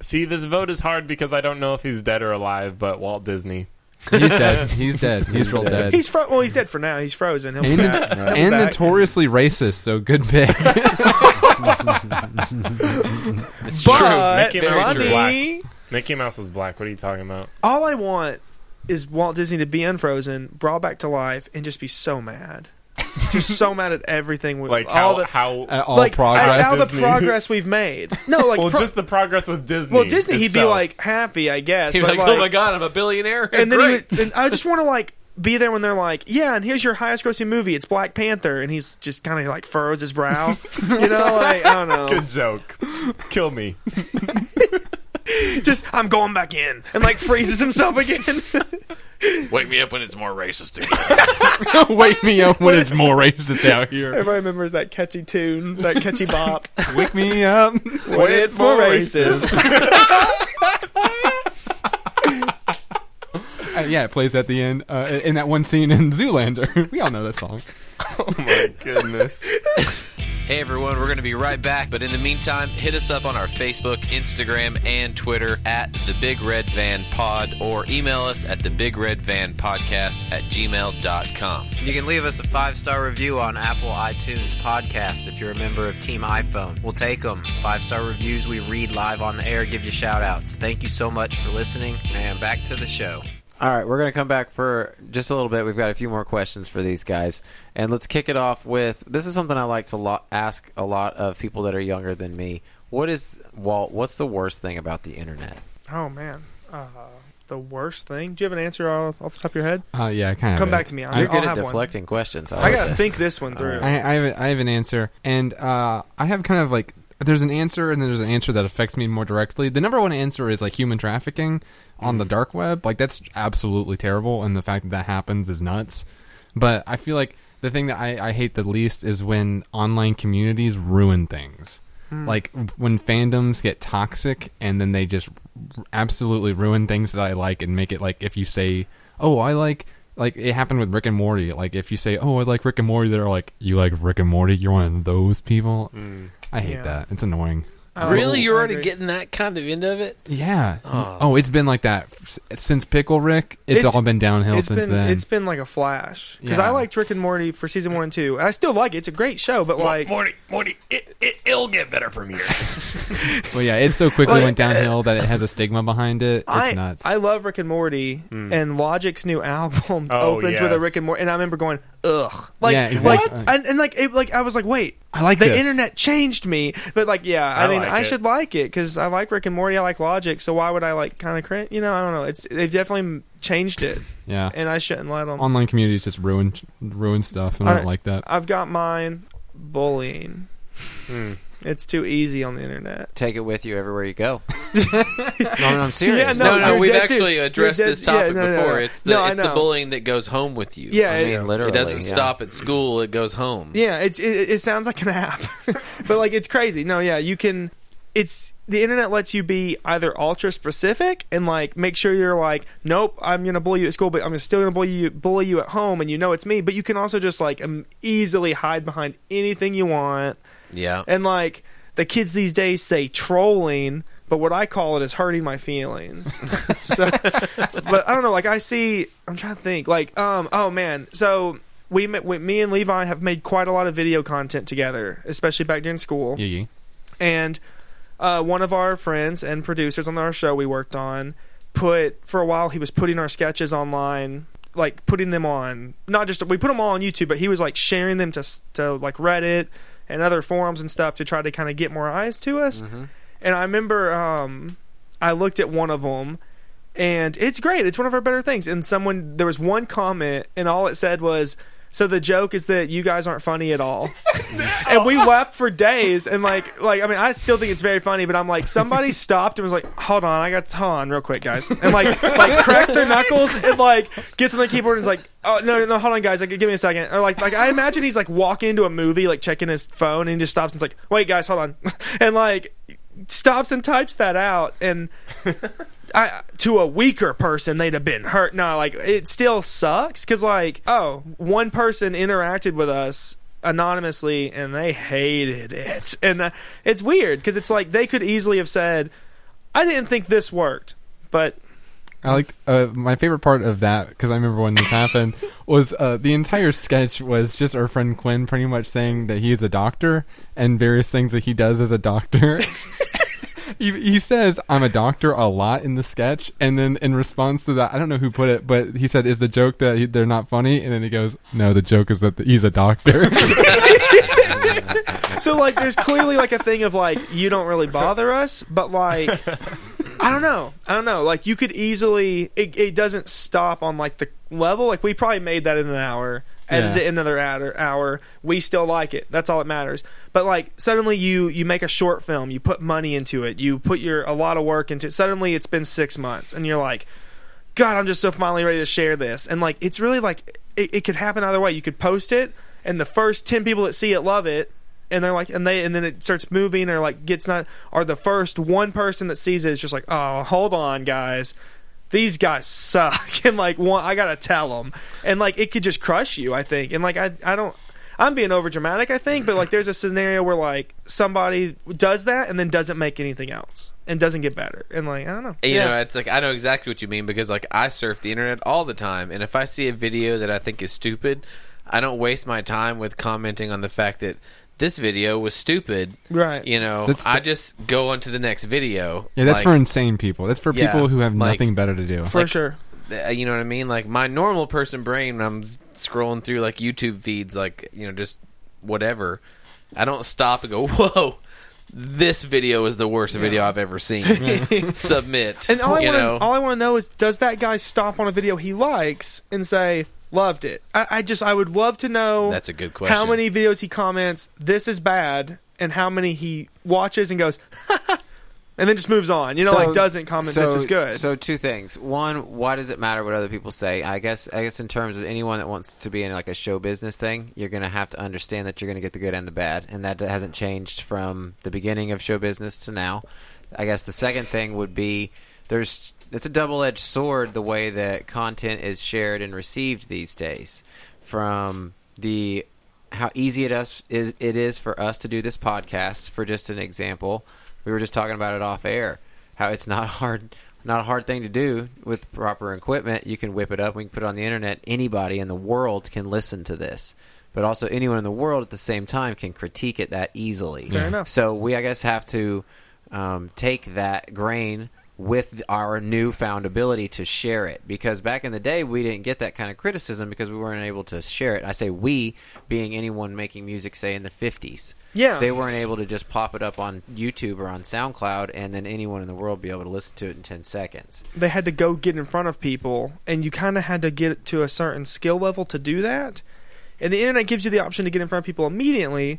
See, this vote is hard because I don't know if he's dead or alive. But Walt Disney, he's dead. He's dead. He's real dead. he's fro- well. He's dead for now. He's frozen. He'll be and, back. the- He'll be and back. notoriously racist. So good pick. It's But Mickey Mouse is Rodney, Mickey Mouse is black. What are you talking about? all I want is Walt Disney to be unfrozen, brought back to life, and just be so mad, just so mad at everything. With Like all how the how At all like progress. at all the Disney. progress we've made. No, like well pro- just the progress with Disney. well Disney, he'd be itself. like happy, I guess. He was but like, oh my like- god, I'm a billionaire. and then he Great. would, and I just want to like be there when they're like, yeah, and here's your highest grossing movie. It's Black Panther, and he's just kind of like furrows his brow. you know, like I don't know. good joke. Kill me. just I'm going back in and like freezes himself again. wake me up when it's more racist again. Wake me up when it's more racist out here. Everybody remembers that catchy tune, that catchy bop. Wake me up. when it's more racist. Uh, yeah, it plays at the end uh, in that one scene in Zoolander. we all know that song. Goodness. Hey everyone, we're going to be right back. But in the meantime, hit us up on our Facebook, Instagram, and Twitter at the Big Red Van Pod or email us at the Big Red Van Podcast at gmail.com. You can leave us a five star review on Apple iTunes podcasts if you're a member of Team iPhone. We'll take them. Five star reviews we read live on the air, give you shout outs. Thank you so much for listening, and back to the show. All right, we're going to come back for just a little bit. We've got a few more questions for these guys. And let's kick it off with this is something I like to lo- ask a lot of people that are younger than me. What is, Walt, what's the worst thing about the internet? Oh man, uh, the worst thing. Do you have an answer off, off the top of your head? Uh, yeah, kind of. Come back to me. I- I'll, You're good I'll at have one. deflecting questions. I Oh, like gotta this. think this one through. I, I, have a, I have an answer, and uh, I have kind of like there's an answer, and then there's an answer that affects me more directly. The number one answer is like human trafficking on the dark web. Like that's absolutely terrible, and the fact that that happens is nuts. But I feel like the thing that I, I hate the least is when online communities ruin things. Like when fandoms get toxic and then they just r- absolutely ruin things that I like and make it like if you say, "Oh, I like like it happened with Rick and Morty. Like if you say, "Oh, I like Rick and Morty," they're like, "You like Rick and Morty? You're one of those people." I hate Yeah. that. It's annoying. Oh, really? You're I already agree. getting that kind of end of it? Yeah. Oh. Oh, it's been like that f- s- since Pickle Rick. It's, It's- all been downhill It's since been then. it's been like a flash because I Yeah. liked Rick and Morty for season one and two, and I still like it. It's a great show, but like Morty, Morty, it, it it'll get better from here. Well, yeah, it so quickly Like- uh, went downhill that it has a stigma behind it. It's I nuts. I love Rick and Morty, and Logic's new Hmm. album Oh, opens with a yes. Rick and Morty, and I remember going ugh, like Yeah, uh, exactly. like What? and, and like it, like I was like wait. I like the this. internet changed me, but like, yeah, I, I mean, like I it. should like it because I like Rick and Morty, I like Logic, so why would I like kind of cringe? You know, I don't know. It's they've definitely changed it, Yeah. and I shouldn't let them. Online communities just ruin ruin stuff, and I, I- don't like that. Hmm. I've got mine bullying. It's too easy on the internet. Take it with you everywhere you go. no, no, I'm Yeah, serious. no, No, no, you're we've dead serious. actually You're addressed dead- this topic yeah, no, no, before. no. It's the No, I it's the know. bullying that goes home with you. Yeah, I it- mean, literally. it doesn't yeah. stop at school; it goes home. Yeah, it's it, it sounds like an app, but like it's crazy. No, yeah, you can. It's the internet lets you be either ultra specific and like make sure you're like, nope, I'm gonna bully you at school, but I'm still gonna bully you bully you at home, and you know it's me. But you can also just like um, easily hide behind anything you want, Yeah. and like the kids these days say trolling. But what I call it is hurting my feelings. so, but I don't know. Like I see, I'm trying to think. Like, um, oh man. So we, ma- we, me and Levi have made quite a lot of video content together, especially back during school. Yeah, yeah. And uh, one of our friends and producers on our show we worked on put for a while he was putting our sketches online, like putting them on not just we put them all on YouTube, but he was like sharing them to s- to like Reddit and other forums and stuff to try to kind of get more eyes to us. And I remember um, I looked at one of them. And it's great. It's one of our better things. And someone, there was one comment, and all it said was, "So the joke is that you guys aren't funny at all." and we laughed for days. And like, like I mean, I still think it's very funny, but I'm like, somebody stopped and was like, "Hold on, I got hold on real quick, guys," and like, like cracks their knuckles and like gets on the keyboard and is like, "Oh no, no, hold on, guys, like, give me a second. Or like, like I imagine he's like walking into a movie, like checking his phone, and he just stops and's like, "Wait, guys, hold on," and like stops and types that out and. I, to a weaker person, they'd have been hurt. No, like it still sucks because like oh, one person interacted with us anonymously and they hated it, and uh, it's weird because it's like they could easily have said, "I didn't think this worked," but I liked uh, my favorite part of that because I remember when this happened was uh, the entire sketch was just our friend Quinn pretty much saying that he is a doctor and various things that he does as a doctor. he, he says I'm a doctor a lot in the sketch, and then in response to that, I don't know who put it, but he said, "Is the joke that he, they're not funny?" And then he goes, "No, the joke is that he's a doctor." so like there's clearly like a thing of like you don't really bother us, but like I don't know, I don't know. Like you could easily it, it doesn't stop on like the level. Like we probably made that in an hour, edited Yeah. it another hour, hour. We still like it. That's all that matters. But like suddenly you you make a short film, you put money into it, you put your a lot of work into. it. Suddenly it's been six months, and you're like. God, I'm just so finally ready to share this. And like, it's really like it, it could happen either way. You could post it, and the first ten people that see it love it, and they're like, and they, and then it starts moving, or like gets not, or the first one person that sees it is just like, oh, hold on, guys, these guys suck, and like, one, I gotta tell them, and like, it could just crush you, I think, and like, I, I don't. I'm being over dramatic, I think, but like there's a scenario where like somebody does that and then doesn't make anything else and doesn't get better. And like, I don't know. And, You know, it's like I know exactly what you mean because like I surf the internet all the time, and if I see a video that I think is stupid, I don't waste my time with commenting on the fact that this video was stupid. Right. You know, That's I the- just go on to the next video. yeah, that's Like, for insane people. That's for Yeah, people who have like- nothing better to do. For sure. uh, you know what I mean? Like my normal person brain, when I'm scrolling through like YouTube feeds, like you know, just whatever. I don't stop and go, "Whoa, this video is the worst video I've ever seen." Submit, And all I you want know, to all I want to know is does that guy stop on a video he likes and say loved it? I, I just I would love to know that's a good question. how many videos he comments this is bad and how many he watches and goes and then just moves on. You know, So- like doesn't comment this so- is good. So two things. One, why does it matter what other people say? I guess I guess in terms of anyone that wants to be in like a show business thing, you're going to have to understand that you're going to get the good and the bad, and that hasn't changed from the beginning of show business to now. I guess the second thing would be there's it's a double-edged sword the way that content is shared and received these days from the how easy it us is it is for us to do this podcast for just an example. We were just talking about it off air. How it's not hard not a hard thing to do with proper equipment. You can whip it up, we can put it on the internet. Anybody in the world can listen to this. But also anyone in the world at the same time can critique it that easily. Fair enough. So we I guess have to um, take that grain with our newfound ability to share it because back in the day we didn't get that kind of criticism because we weren't able to share it. I say we being anyone making music say in the 50s. Yeah. They weren't able to just pop it up on YouTube or on SoundCloud and then anyone in the world be able to listen to it in 10 seconds. they had to go get in front of people and you kind of had to get to a certain skill level to do that and the internet gives you the option to get in front of people immediately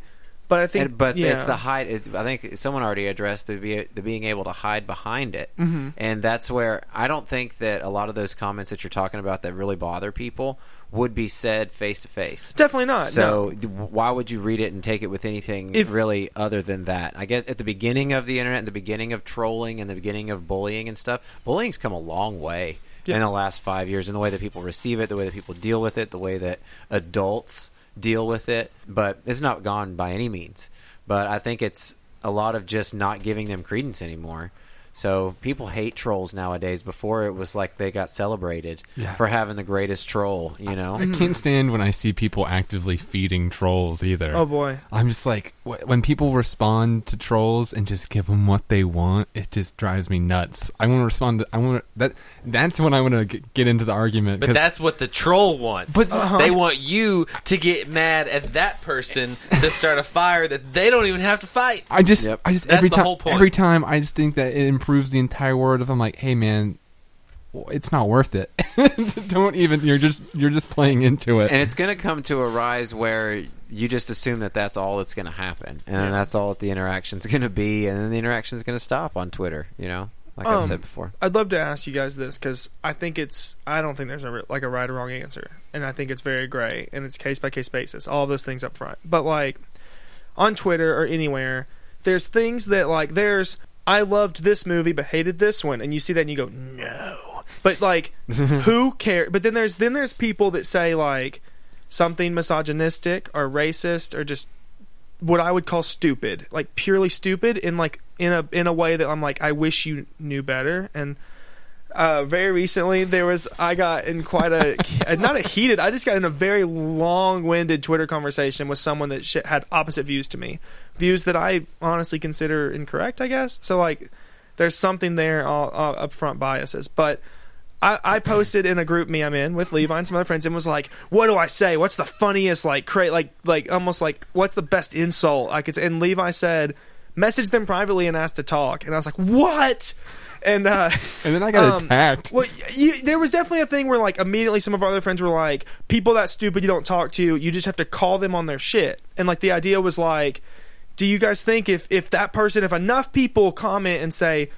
But I think, And, but yeah. it's the hide. It, I think someone already addressed the, be, the being able to hide behind it, mm-hmm. and that's where I don't think that a lot of those comments that you're talking about that really bother people would be said face to face. definitely not. no. So d- why would you read it and take it with anything If- really other than that? I guess at the beginning of the internet, and the beginning of trolling, and the beginning of bullying and stuff, bullying's come a long way in the last five years in the way that people receive it, the way that people deal with it, the way that adults deal with it. But it's not gone by any means. But I think it's a lot of just not giving them credence anymore. So people hate trolls nowadays. Before it was like they got celebrated for having the greatest troll, you know. I can't stand when I see people actively feeding trolls either. oh boy, I'm just like wh- when people respond to trolls and just give them what they want, it just drives me nuts. I want to respond. To, I want that. That's when I want to g- get into the argument. But 'cause- that's what the troll wants. But- Uh-huh. They want you to get mad at that person to start a fire that they don't even have to fight. I just, Yep. I just That's every the time, whole point. every time, I just think that it improves the entire world. If I'm like, hey man, w- it's not worth it. Don't even. You're just, you're just playing into it. and it's going to come to a rise where you just assume that that's all that's going to happen, and then that's all that the interaction's going to be, and then the interaction's going to stop on Twitter. You know, like I've Um, said before. I'd love to ask you guys this because I think it's I don't think there's a re- like a right or wrong answer, and I think it's very gray and it's case by case basis. All those things up front, but like on Twitter or anywhere, there's things that like there's I loved this movie but hated this one, and you see that and you go no, but like who cares? But then there's then there's people that say like something misogynistic or racist or just what I would call stupid, like purely stupid, in like in a in a way that I'm like I wish you knew better. And uh, very recently, there was I got in quite a not a heated, I just got in a very long-winded Twitter conversation with someone that sh- had opposite views to me, views that I honestly consider incorrect. I guess so. Like there's something there, all, all upfront biases, but. I, I posted in a group me I'm in with Levi and some other friends and was like, "What do I say? What's the funniest like cra- like like almost like what's the best insult I could?" Say? And Levi said, "Message them privately and ask to talk." And I was like, "What?" And uh, And then I got um, attacked. Well, you, there was definitely a thing where like immediately some of our other friends were like, "People that stupid you don't talk to, you just have to call them on their shit." And like the idea was like, "Do you guys think if if that person, if enough people comment and say."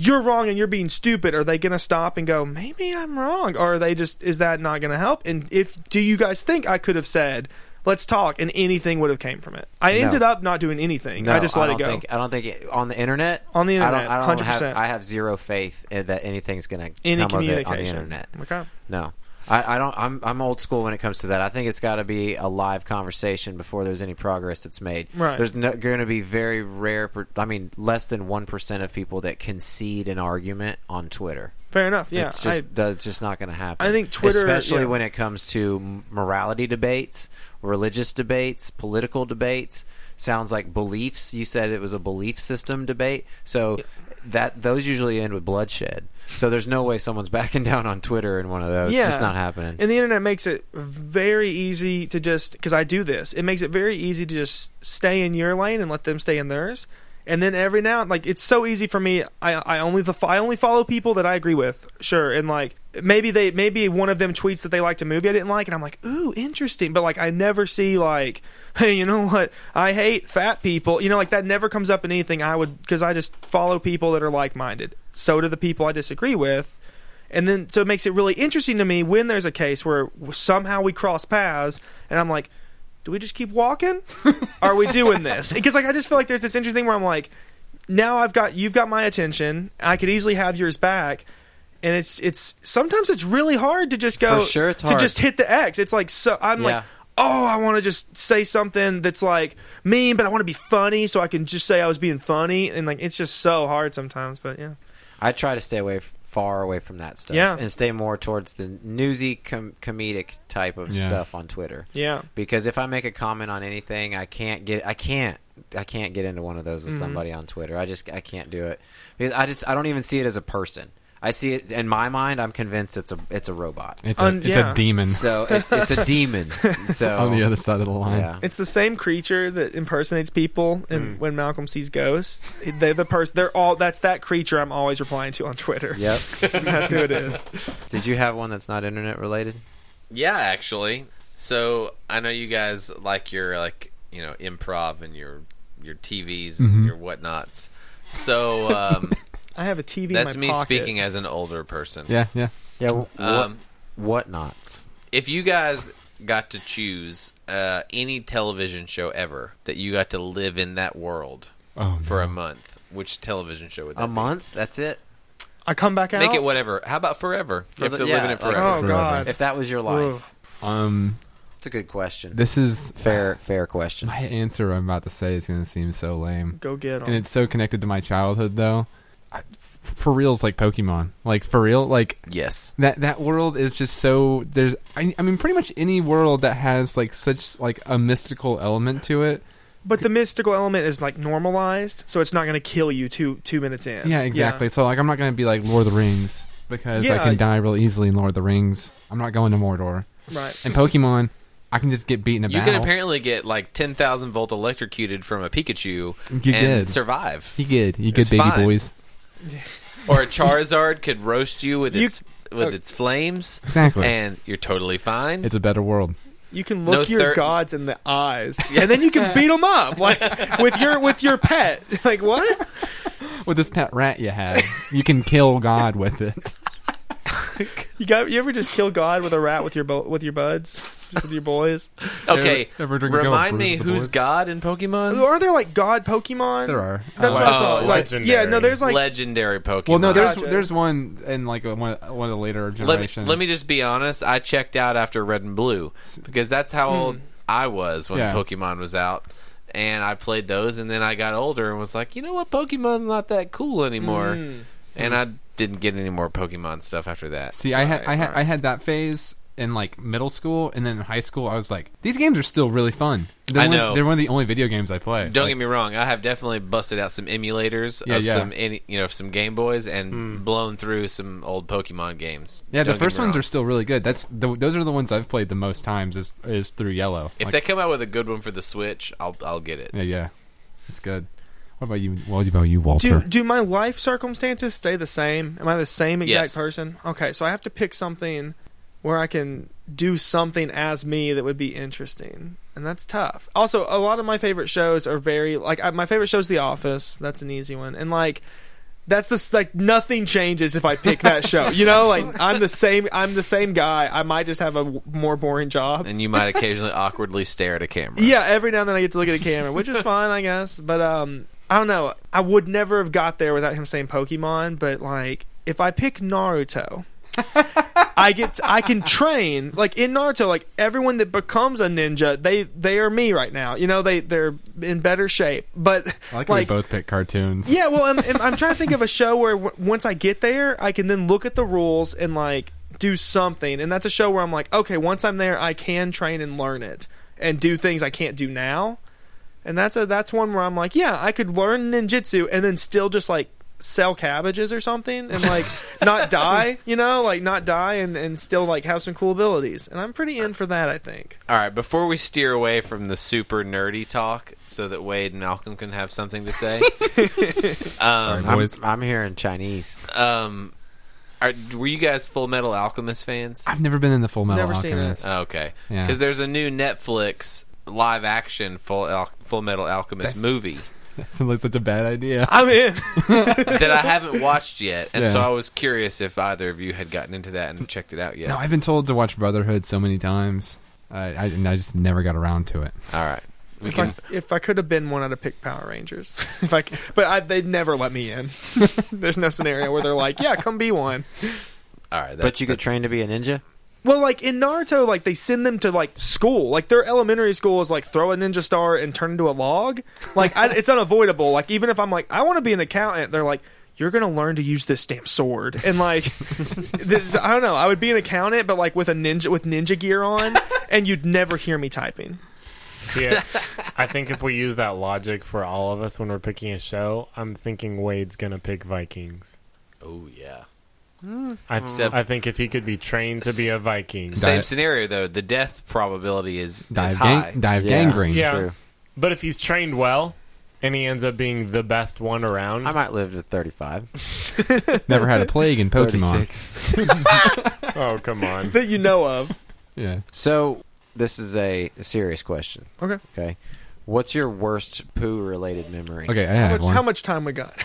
You're wrong and you're being stupid. Are they going to stop and go, maybe I'm wrong? Or are they just, is that not going to help? And if, do you guys think I could have said, let's talk and anything would have came from it? No. I ended up not doing anything. I just let don't it go. Think, I don't think it, on the internet. On the I internet, don't, I don't have. 100%. I have zero faith in that anything's going to Any come of it on the communication. internet. Okay. No. I, I don't. I'm, I'm old school when it comes to that. I think it's got to be a live conversation before there's any progress that's made. Right. There's no, going to be very rare. per- I mean, less than one percent of people that concede an argument on Twitter. Fair enough. Yeah. it's just I- that's just not going to happen. I think Twitter- especially yeah. when it comes to morality debates, religious debates, political debates, sounds like beliefs. You said it was a belief system debate, so that those usually end with bloodshed. So there's no way someone's backing down on Twitter in one of those. it's just not happening. And the internet makes it very easy to just because I do this. It makes it very easy to just stay in your lane and let them stay in theirs. And then every now like it's so easy for me. I I only the I only follow people that I agree with. Sure, and like maybe they maybe one of them tweets that they liked a movie I didn't like, and I'm like, ooh, interesting. But like I never see like, hey, you know what? I hate fat people. You know, like that never comes up in anything I would because I just follow people that are like minded. So do the people I disagree with. And then so it makes it really interesting to me when there's a case where somehow we cross paths and I'm like, do we just keep walking? Are we doing this? Because like I just feel like there's this interesting thing where I'm like, now I've got you've got my attention. I could easily have yours back. And it's it's sometimes it's really hard to just go For sure it's to hard. just hit the X. It's like so I'm Yeah. like Oh, I want to just say something that's like mean, but I want to be funny, so I can just say I was being funny, and like it's just so hard sometimes. But yeah, I try to stay away f- far away from that stuff Yeah. and stay more towards the newsy com- comedic type of Yeah. stuff on Twitter. yeah. because if I make a comment on anything, I can't get I can't I can't get into one of those with Mm-hmm. somebody on Twitter. I just I can't do it because I just I don't even see it as a person. I see it in my mind. I'm convinced it's a it's a robot. it's a, un- it's yeah. a demon So it's it's a demon. So on the other side of the line. yeah. It's the same creature that impersonates people, and when Malcolm sees ghosts, they're the person. They're all that's that creature I'm always replying to on Twitter. Yep. that's who it is. Did you have one that's not internet related? Yeah, actually. So I know you guys like your like you know improv and your your TVs Mhm. and your whatnots. So um, I have a TV. that's in me my pocket. speaking as an older person. Yeah, yeah. Yeah, w- Um, What nots? if you guys got to choose uh, any television show ever that you got to live in that world Oh, for no. a month, which television show would that A be? month? That's it. I come back out. Make it whatever. How about forever? You have the- to yeah, live in it like- forever. oh forever. God. If that was your life, Oof. Um, it's a good question. this is fair, fair question. My answer I'm about to say is going to seem so lame, Go get and them. it's so connected to my childhood though. I, f- for reals, like Pokemon, like for real, like Yes. that that world is just so there's I, I mean pretty much any world that has like such like a mystical element to it But the mystical element is like normalized, so it's not going to kill you two two minutes in. yeah exactly so like i'm not gonna be like lord of the rings because i Yeah, can I- die real easily in lord of the rings i'm not going to mordor Right. and pokemon i can just get beaten in a You battle can apparently get like 10,000 volt electrocuted from a Pikachu You and did. survive. you good you good It's baby fine. boys Or a Charizard could roast you with You- its with its flames exactly and you're totally fine. it's a better world You can No look your third- gods in the eyes, and then you can beat them up like with your with your pet. Like what? with this pet rat you have you can kill god with it You got? You ever just kill God with a rat with your bo- with your buds, just with your boys? okay. Ever- ever drink a cup of Remind Brews me with the who's boys? God in Pokemon? Are there like God Pokemon? there are Uh, That's what I thought. Oh, Like, yeah, no, legendary. there's like Legendary Pokemon. well no there's Gotcha. there's one in like one one of the later let me, generations let me just be honest. I checked out after Red and Blue because that's how Hmm. old I was when Yeah. Pokemon was out, and I played those. And then I got older and was like, you know what, Pokemon's not that cool anymore. Hmm. And I didn't get any more Pokemon stuff after that. See, I had I had I had that phase in like middle school, and then in high school, I was like, these games are still really fun. They're I one, know. they're one of the only video games I play. Don't Like, get me wrong. I have definitely busted out some emulators Yeah, of yeah. Hmm. some, any, you know, some Game Boys and blown through some old Pokemon games. yeah, the Don't get first me ones wrong. are still really good. That's the, those are the ones I've played the most times is is through Yellow. If Like, they come out with a good one for the Switch, I'll I'll get it. yeah, yeah, it's good. What about you? What about you, Walter? Do do my life circumstances stay the same? Am I the same exact Yes. person? Okay, so I have to pick something where I can do something as me that would be interesting, and that's tough. Also, a lot of my favorite shows are very like I, my favorite show's The Office. That's an easy one, and like. That's this like nothing changes if I pick that show. You know, like I'm the same. I'm the same guy. I might just have a w- more boring job. And you might occasionally awkwardly stare at a camera. Yeah, every now and then I get to look at a camera, which is fine, I guess. But um, I don't know. I would never have got there without him saying Pokemon. But like, if I pick Naruto, I get I can train like in Naruto. Like everyone that becomes a ninja, they they are me right now. You know, they they're in better shape. But I like, how we like. both pick cartoons. yeah, well, I'm, I'm, I'm trying to think of a show where w- once I get there, I can then look at the rules and like do something. And that's a show where I'm like, okay, once I'm there, I can train and learn it and do things I can't do now. And that's a that's one where I'm like, yeah, I could learn ninjutsu and then still just like sell cabbages or something and like not die, you know, like not die and and still like have some cool abilities. And I'm pretty in for that, I think. All right, before we steer away from the super nerdy talk, so that Wade and Malcolm can have something to say, Sorry, I'm, boys. I'm hearing Chinese. um, are, were you guys Full Metal Alchemist fans? I've never been in the Full Metal Never seen it. Alchemist. Oh, okay, Yeah. because there's a new Netflix live action Full Al- Full Metal Alchemist movie Sounds like such a bad idea. I'm in. that I haven't watched yet, and so Yeah. I was curious if either of you had gotten into that and checked it out yet. No, I've been told to watch Brotherhood so many times. I, I, and I just never got around to it. All right, we If I, can. if I could have been one, I'd have picked Power Rangers. if I, c- but I, they'd never let me in. There's no scenario where they're like, "Yeah, come be one." All right, that, But you could train to be a ninja. Well, like in Naruto, like they send them to like school. Like their elementary school is like throw a ninja star and turn into a log. Like I, it's unavoidable. Like even if I'm like I want to be an accountant, they're like you're gonna learn to use this damn sword. And like this, I don't know. I would be an accountant, but like with a ninja with ninja gear on, and you'd never hear me typing. see, I- I think if we use that logic for all of us when we're picking a show, I'm thinking Wade's gonna pick Vikings. oh yeah. I, Hmm. Except- I think if he could be trained to be a Viking, Same Diet- scenario though. The death probability is, is Dive, high. gang- dive Yeah. gangrene. Yeah. True. but if he's trained well and he ends up being the best one around, I might live to 35, Never had a plague in Pokemon. 36. oh come on, That you know of. Yeah. So this is a serious question. Okay. Okay. What's your worst poo related memory? Okay, I How have much, how one. much time we got?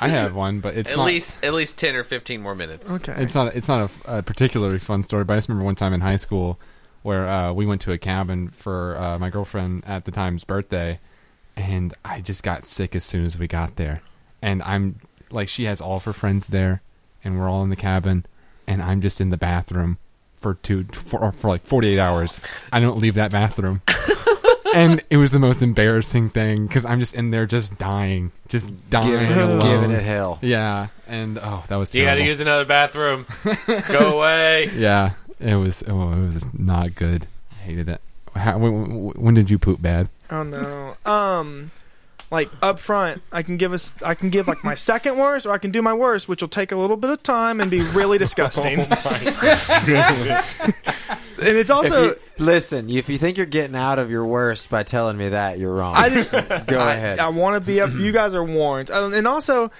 I have one, but it's at not. least at least ten or fifteen more minutes. Okay. It's not. It's not a, a particularly fun story, but I just remember one time in high school where uh, we went to a cabin for uh, my girlfriend at the time's birthday, and I just got sick as soon as we got there. And I'm like, she has all of her friends there, and we're all in the cabin, and I'm just in the bathroom for two for, for like 48 hours. I don't leave that bathroom. And it was the most embarrassing thing because I'm just in there, just dying, just dying Giving it, alone. giving it hell. Yeah, and oh, that was You got terrible. to use another bathroom. Go away. Yeah, it was. Oh, it was not good. I hated it. How, when, when did you poop bad? Oh no. Um, like up front, I can give us, I can give like my second worst, or I can do my worst, which will take a little bit of time and be really disgusting. and it's also, Listen, if you think you're getting out of your worst by telling me that, you're wrong. I just Go I, ahead. Mm-hmm. I want to be up. You guys are warned, Um, and also.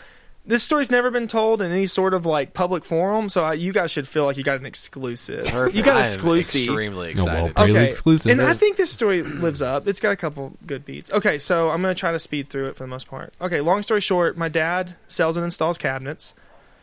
This story's never been told in any sort of like public forum, so I, you guys should feel like you got an exclusive. You got I an am exclusive. Extremely No, well, excited. really exclusive. And I There's- think this story lives up. It's got a couple good beats. Okay, so I'm going to try to speed through it for the most part. Okay, long story short, my dad sells and installs cabinets.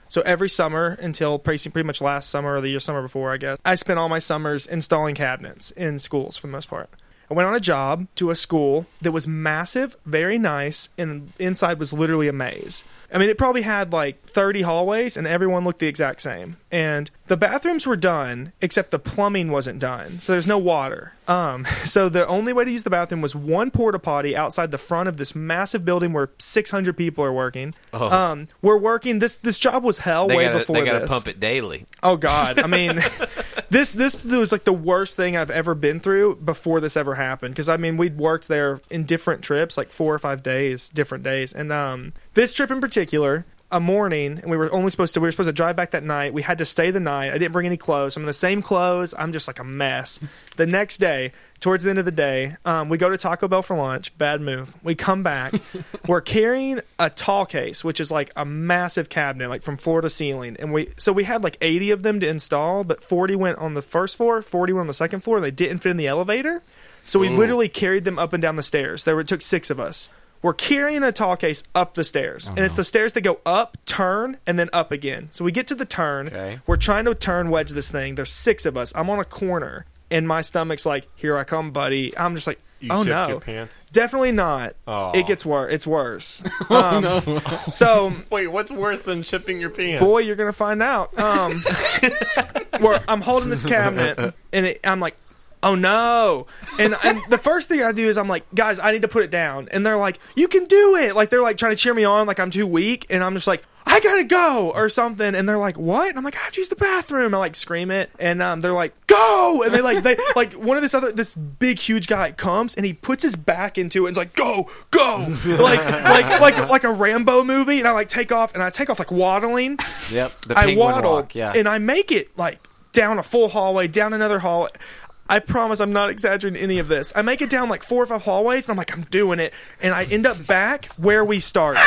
So every summer until pretty pretty much last summer or the year summer before, I guess, I spent all my summers installing cabinets in schools for the most part. I went on a job to a school that was massive, very nice, and inside was literally a maze. I mean, it probably had like 30 hallways, and everyone looked the exact same. And the bathrooms were done, except the plumbing wasn't done. So there's no water. Um, so the only way to use the bathroom was one porta potty outside the front of this massive building where 600 people are working. Um, we're working. This this job was hell Oh. they way gotta, before they gotta this. pump it daily. Oh God! I mean, this this was like the worst thing I've ever been through before this ever happened. Because I mean, we'd worked there in different trips, like four or five days, different days, and um, this trip in particular. A morning, and we were only supposed to. We were supposed to drive back that night. We had to stay the night. I didn't bring any clothes. I'm in the same clothes. I'm just like a mess. The next day, towards the end of the day, um, we go to Taco Bell for lunch. Bad move. We come back. we're carrying a tall case, which is like a massive cabinet, like from floor to ceiling. And we so we had like 80 of them to install, but 40 went on the first floor, 40 went on the second floor, and they didn't fit in the elevator. So we literally carried them up and down the stairs. There were, it took six of us. We're carrying a tall case up the Oh, stairs, and it's the stairs that go up, turn, and then up again. So we get to the turn. Okay. We're trying to turn wedge this thing. There's six of us. I'm on a corner, and my stomach's like, "Here I come, buddy." I'm just like, You "Oh shit no, your pants. Definitely not. Aw. It gets worse. It's worse. Um, So, Wait, what's worse than shipping your pants? boy, you're gonna find out. Um, where I'm holding this cabinet, and it, I'm like, "Oh no!" And, and the first thing I do is I'm like, "Guys, I need to put it down." And they're like, "You can do it!" Like they're like trying to cheer me on, like I'm too weak, and I'm just like. I gotta go or something, and they're like, "What?" And I'm like, "I have to use the bathroom." I like scream it, and um, they're like, "Go!" And they like they like one of this other this big huge guy comes and he puts his back into it and it's like, "Go, go!" like like like like a Rambo movie, and I like take off and I take off like waddling, yep. The I penguin waddle walk. Yeah. and I make it like down a full hallway, down another hallway. I promise I'm not exaggerating any of this. I make it down like four or five hallways, and I'm like, I'm doing it, and I end up back where we started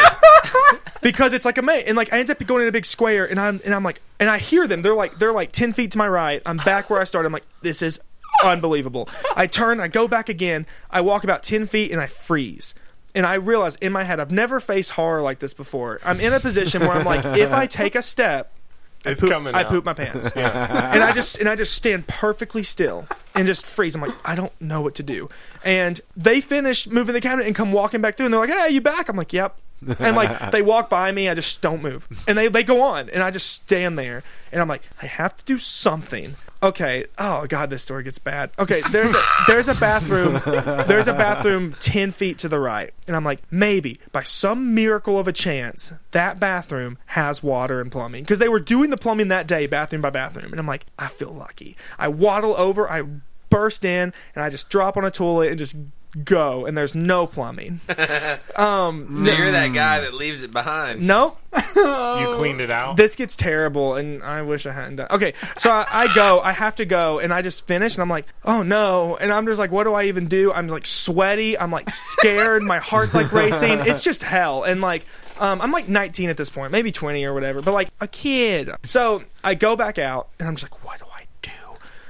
because it's like a mate, and like I end up going in a big square, and I'm and I'm like, and I hear them. They're like they're like ten feet to my right. I'm back where I started. I'm like, this is unbelievable. I turn, I go back again. I walk about ten feet, and I freeze. And I realize in my head, I've never faced horror like this before. I'm in a position where I'm like, if I take a step, it's poop- coming. I out. poop my pants. And I just and I just stand perfectly still and just freeze. I'm like, I don't know what to do. And they finish moving the cabinet and come walking back through and they're like, Hey, you back? I'm like, Yep. And like they walk by me, I just don't move. And they, they go on and I just stand there and I'm like, I have to do something. Okay. Oh god, this story gets bad. Okay, there's a there's a bathroom there's a bathroom ten feet to the right. And I'm like, maybe by some miracle of a chance, that bathroom has water and plumbing. Because they were doing the plumbing that day, bathroom by bathroom. And I'm like, I feel lucky. I waddle over, I burst in, and I just drop on a toilet and just go and there's no plumbing. So you're that guy that leaves it behind. Nope. You cleaned it out. This gets terrible, and I wish I hadn't done. Okay, so I, I go, I have to go, and I just finish, and I'm like, oh no, and I'm just like, what do I even do? I'm like sweaty, I'm like scared, my heart's like racing. It's just hell, and like. Um, I'm like 19 at this point, maybe 20 or whatever, but like a kid. So I go back out and I'm just like, what do I do?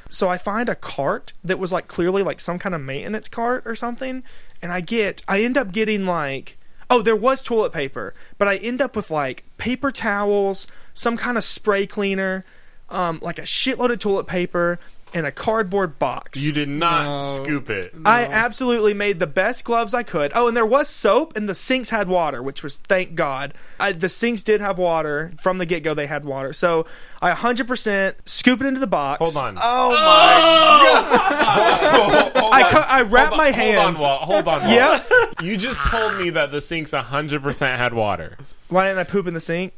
so I find a cart that was like clearly like some kind of maintenance cart or something, and I get I end up getting like oh there was toilet paper, but I end up with like paper towels, some kind of spray cleaner, um, like a shitload of toilet paper, and a cardboard box. You did not scoop it. I absolutely made the best gloves I could. Oh, and there was soap, and the sinks had water, which was thank God. I, the sinks did have water from the get go. They had water, so I 100% scoop it into the box. Hold on. I, cu- I wrap my hands. Hold on, Walt. Hold on, Walt. Yeah. You just told me that the sinks 100% had water. Why didn't I poop in the sink?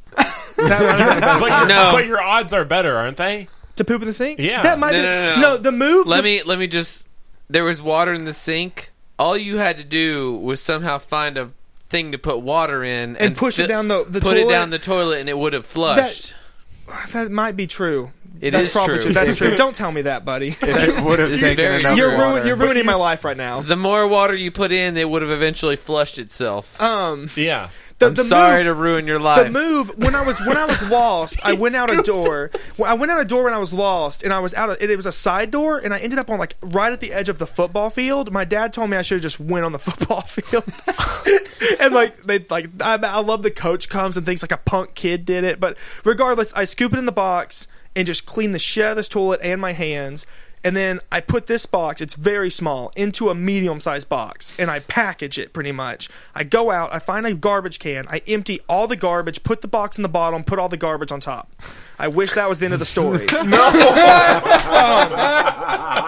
That might have been- But, your- No. but your odds are better, aren't they? to poop in the sink? Yeah. That might No, be- no, no, no. the move. Let the- me let me just. There was water in the sink. All you had to do was somehow find a thing to put water in and, push it fi- down the- the put it toilet. down the toilet, and it would have flushed. That might be true. It That's is probably true. That's true. Don't tell me that, buddy. It would have It's taken very- enough You're, water. ruin- you're ruining my life right now. the more water you put in, it would have eventually flushed itself. Um, Yeah. the, I'm the sorry to move- ruin your the life. move when I was when I was lost, I went out a door. Well, I went out a door when I was lost, and I was out. Of, and it was a side door, and I ended up on like right at the edge of the football field. My dad told me I should have just went on the football field, and like they like I, I love the coach comes and thinks like a punk kid did it. But regardless, I scoop it in the box and just clean the shit out of this toilet and my hands. And then I put this box, it's very small, into a medium sized box and I package it pretty much. I go out, I find a garbage can, I empty all the garbage, put the box in the bottom, put all the garbage on top. I wish that was the end of the story. no!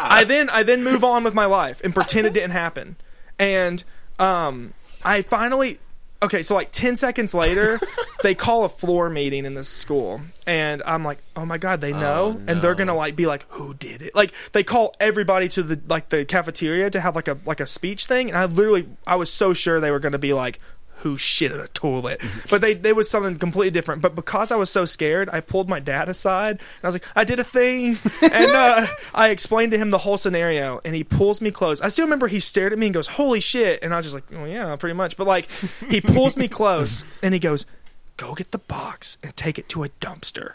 I then I then move on with my life and pretend it didn't happen. And um, I finally okay, so like ten seconds later, they call a floor meeting in this school, and I'm like, oh my god, they know, and they're gonna like be like, who did it? Like they call everybody to the like the cafeteria to have like a like a speech thing, and I literally I was so sure they were gonna be like. Who shit in a toilet? But they, they was something completely different. But because I was so scared, I pulled my dad aside and I was like, I did a thing. And uh, I explained to him the whole scenario, and he pulls me close. I still remember he stared at me and goes, "Holy shit!" And I was just like, "Well, yeah, pretty much." But like, he pulls me close, and he goes, "Go get the box and take it to a dumpster."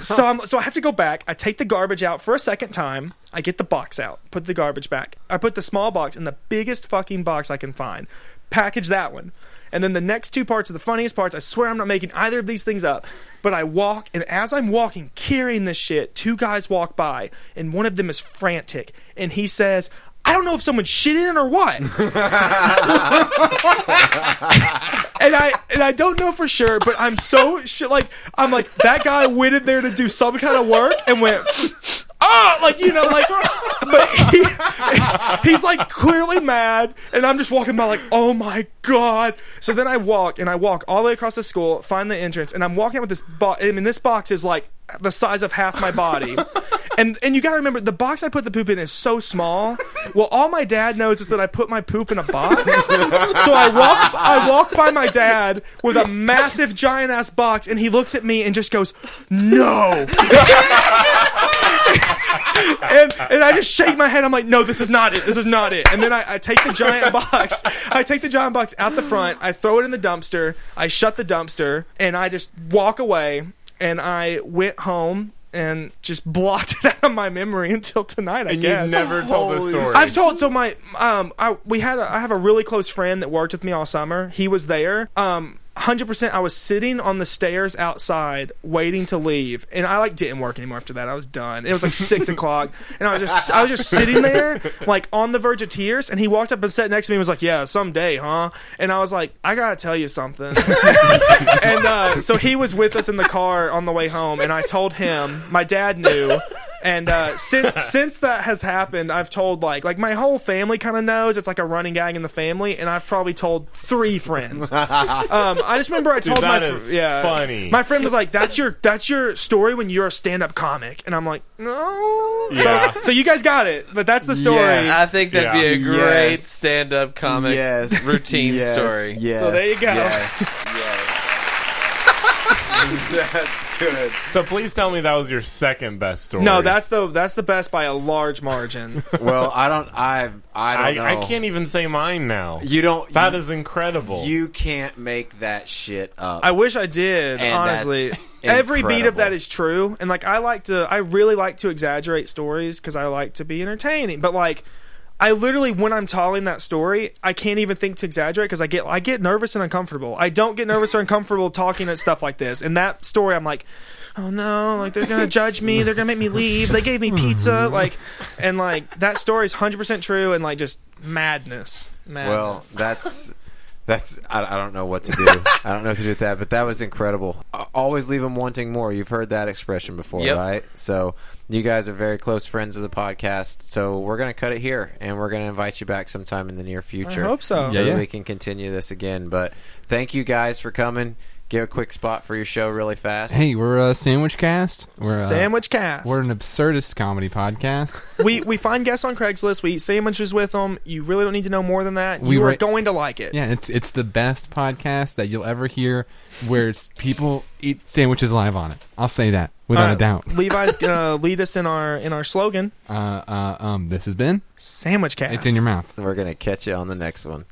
so I'm so I have to go back. I take the garbage out for a second time. I get the box out, put the garbage back. I put the small box in the biggest fucking box I can find. Package that one. And then the next two parts are the funniest parts. I swear I'm not making either of these things up. But I walk, and as I'm walking, carrying this shit, two guys walk by, and one of them is frantic. And he says, I don't know if someone shit in it or what. and I and I don't know for sure, but I'm so sh- like I'm like that guy went in there to do some kind of work and went. Oh, like you know, like, but he, he's like clearly mad, and I'm just walking by, like, oh my god. So then I walk and I walk all the way across the school, find the entrance, and I'm walking out with this box. I mean, this box is like the size of half my body, and and you gotta remember the box I put the poop in is so small. Well, all my dad knows is that I put my poop in a box, so I walk I walk by my dad with a massive giant ass box and he looks at me and just goes, No and, and I just shake my head. I'm like, no, this is not it. This is not it. And then I, I take the giant box. I take the giant box out the front. I throw it in the dumpster. I shut the dumpster and I just walk away. And I went home and just blocked it out of my memory until tonight. I And guess you never told the story. I've told so my um I we had a, I have a really close friend that worked with me all summer. He was there. Um 100% I was sitting on the stairs outside waiting to leave and I like didn't work anymore after that I was done it was like six o'clock and I was just I was just sitting there like on the verge of tears and he walked up and sat next to me and was like yeah someday huh and I was like I gotta tell you something and uh, so he was with us in the car on the way home, and I told him my dad knew. And uh, since since that has happened, I've told like like my whole family kind of knows it's like a running gag in the family, and I've probably told three friends. Um, I just remember I told my that fr- is yeah funny. My friend was like, "That's your that's your story when you're a stand up comic," and I'm like, "No." Yeah. So, so you guys got it, but that's the story. Yes. I think that'd be a Yeah. great Yes. stand-up comic Yes. routine yes. story. Yes. So there you go. Yes. yes. That's good. So please tell me that was your second best story. No, that's the that's the best by a large margin. Well, I don't. I. I I, don't I know. can't even say mine now. You don't. That you, is incredible. You can't make that shit up. I wish I did, And honestly. that's- every beat of Incredible. that is true and like i like to i really like to exaggerate stories because i like to be entertaining but like i literally when i'm telling that story i can't even think to exaggerate because i get i get nervous and uncomfortable i don't get nervous or uncomfortable talking at stuff like this and that story i'm like oh no like they're gonna judge me they're gonna make me leave they gave me pizza Hmm. like and like that story is 100% true and like just madness madness Well, that's that's I, I don't know what to do. I don't know what to do with that, but that was incredible. A- Always leave them wanting more. You've heard that expression before, Yep. right? So you guys are very close friends of the podcast. So we're gonna cut it here, and we're gonna invite you back sometime in the near future. I hope so. so Yeah, yeah. that we can continue this again. But thank you guys for coming. Give a quick spot for your show really fast. Hey, we're a sandwich cast. We're uh, sandwich cast We're an absurdist comedy podcast. we we find guests on Craigslist. We eat sandwiches with them. You really don't need to know more than that. We you are write- going to like it. Yeah, it's it's the best podcast that you'll ever hear, where it's people eat sandwiches live on it. I'll say that without Uh, a doubt. Levi's gonna lead us in our in our slogan. Uh, uh, um, this has been Sandwich cast. it's in your mouth. We're gonna catch you on the next one.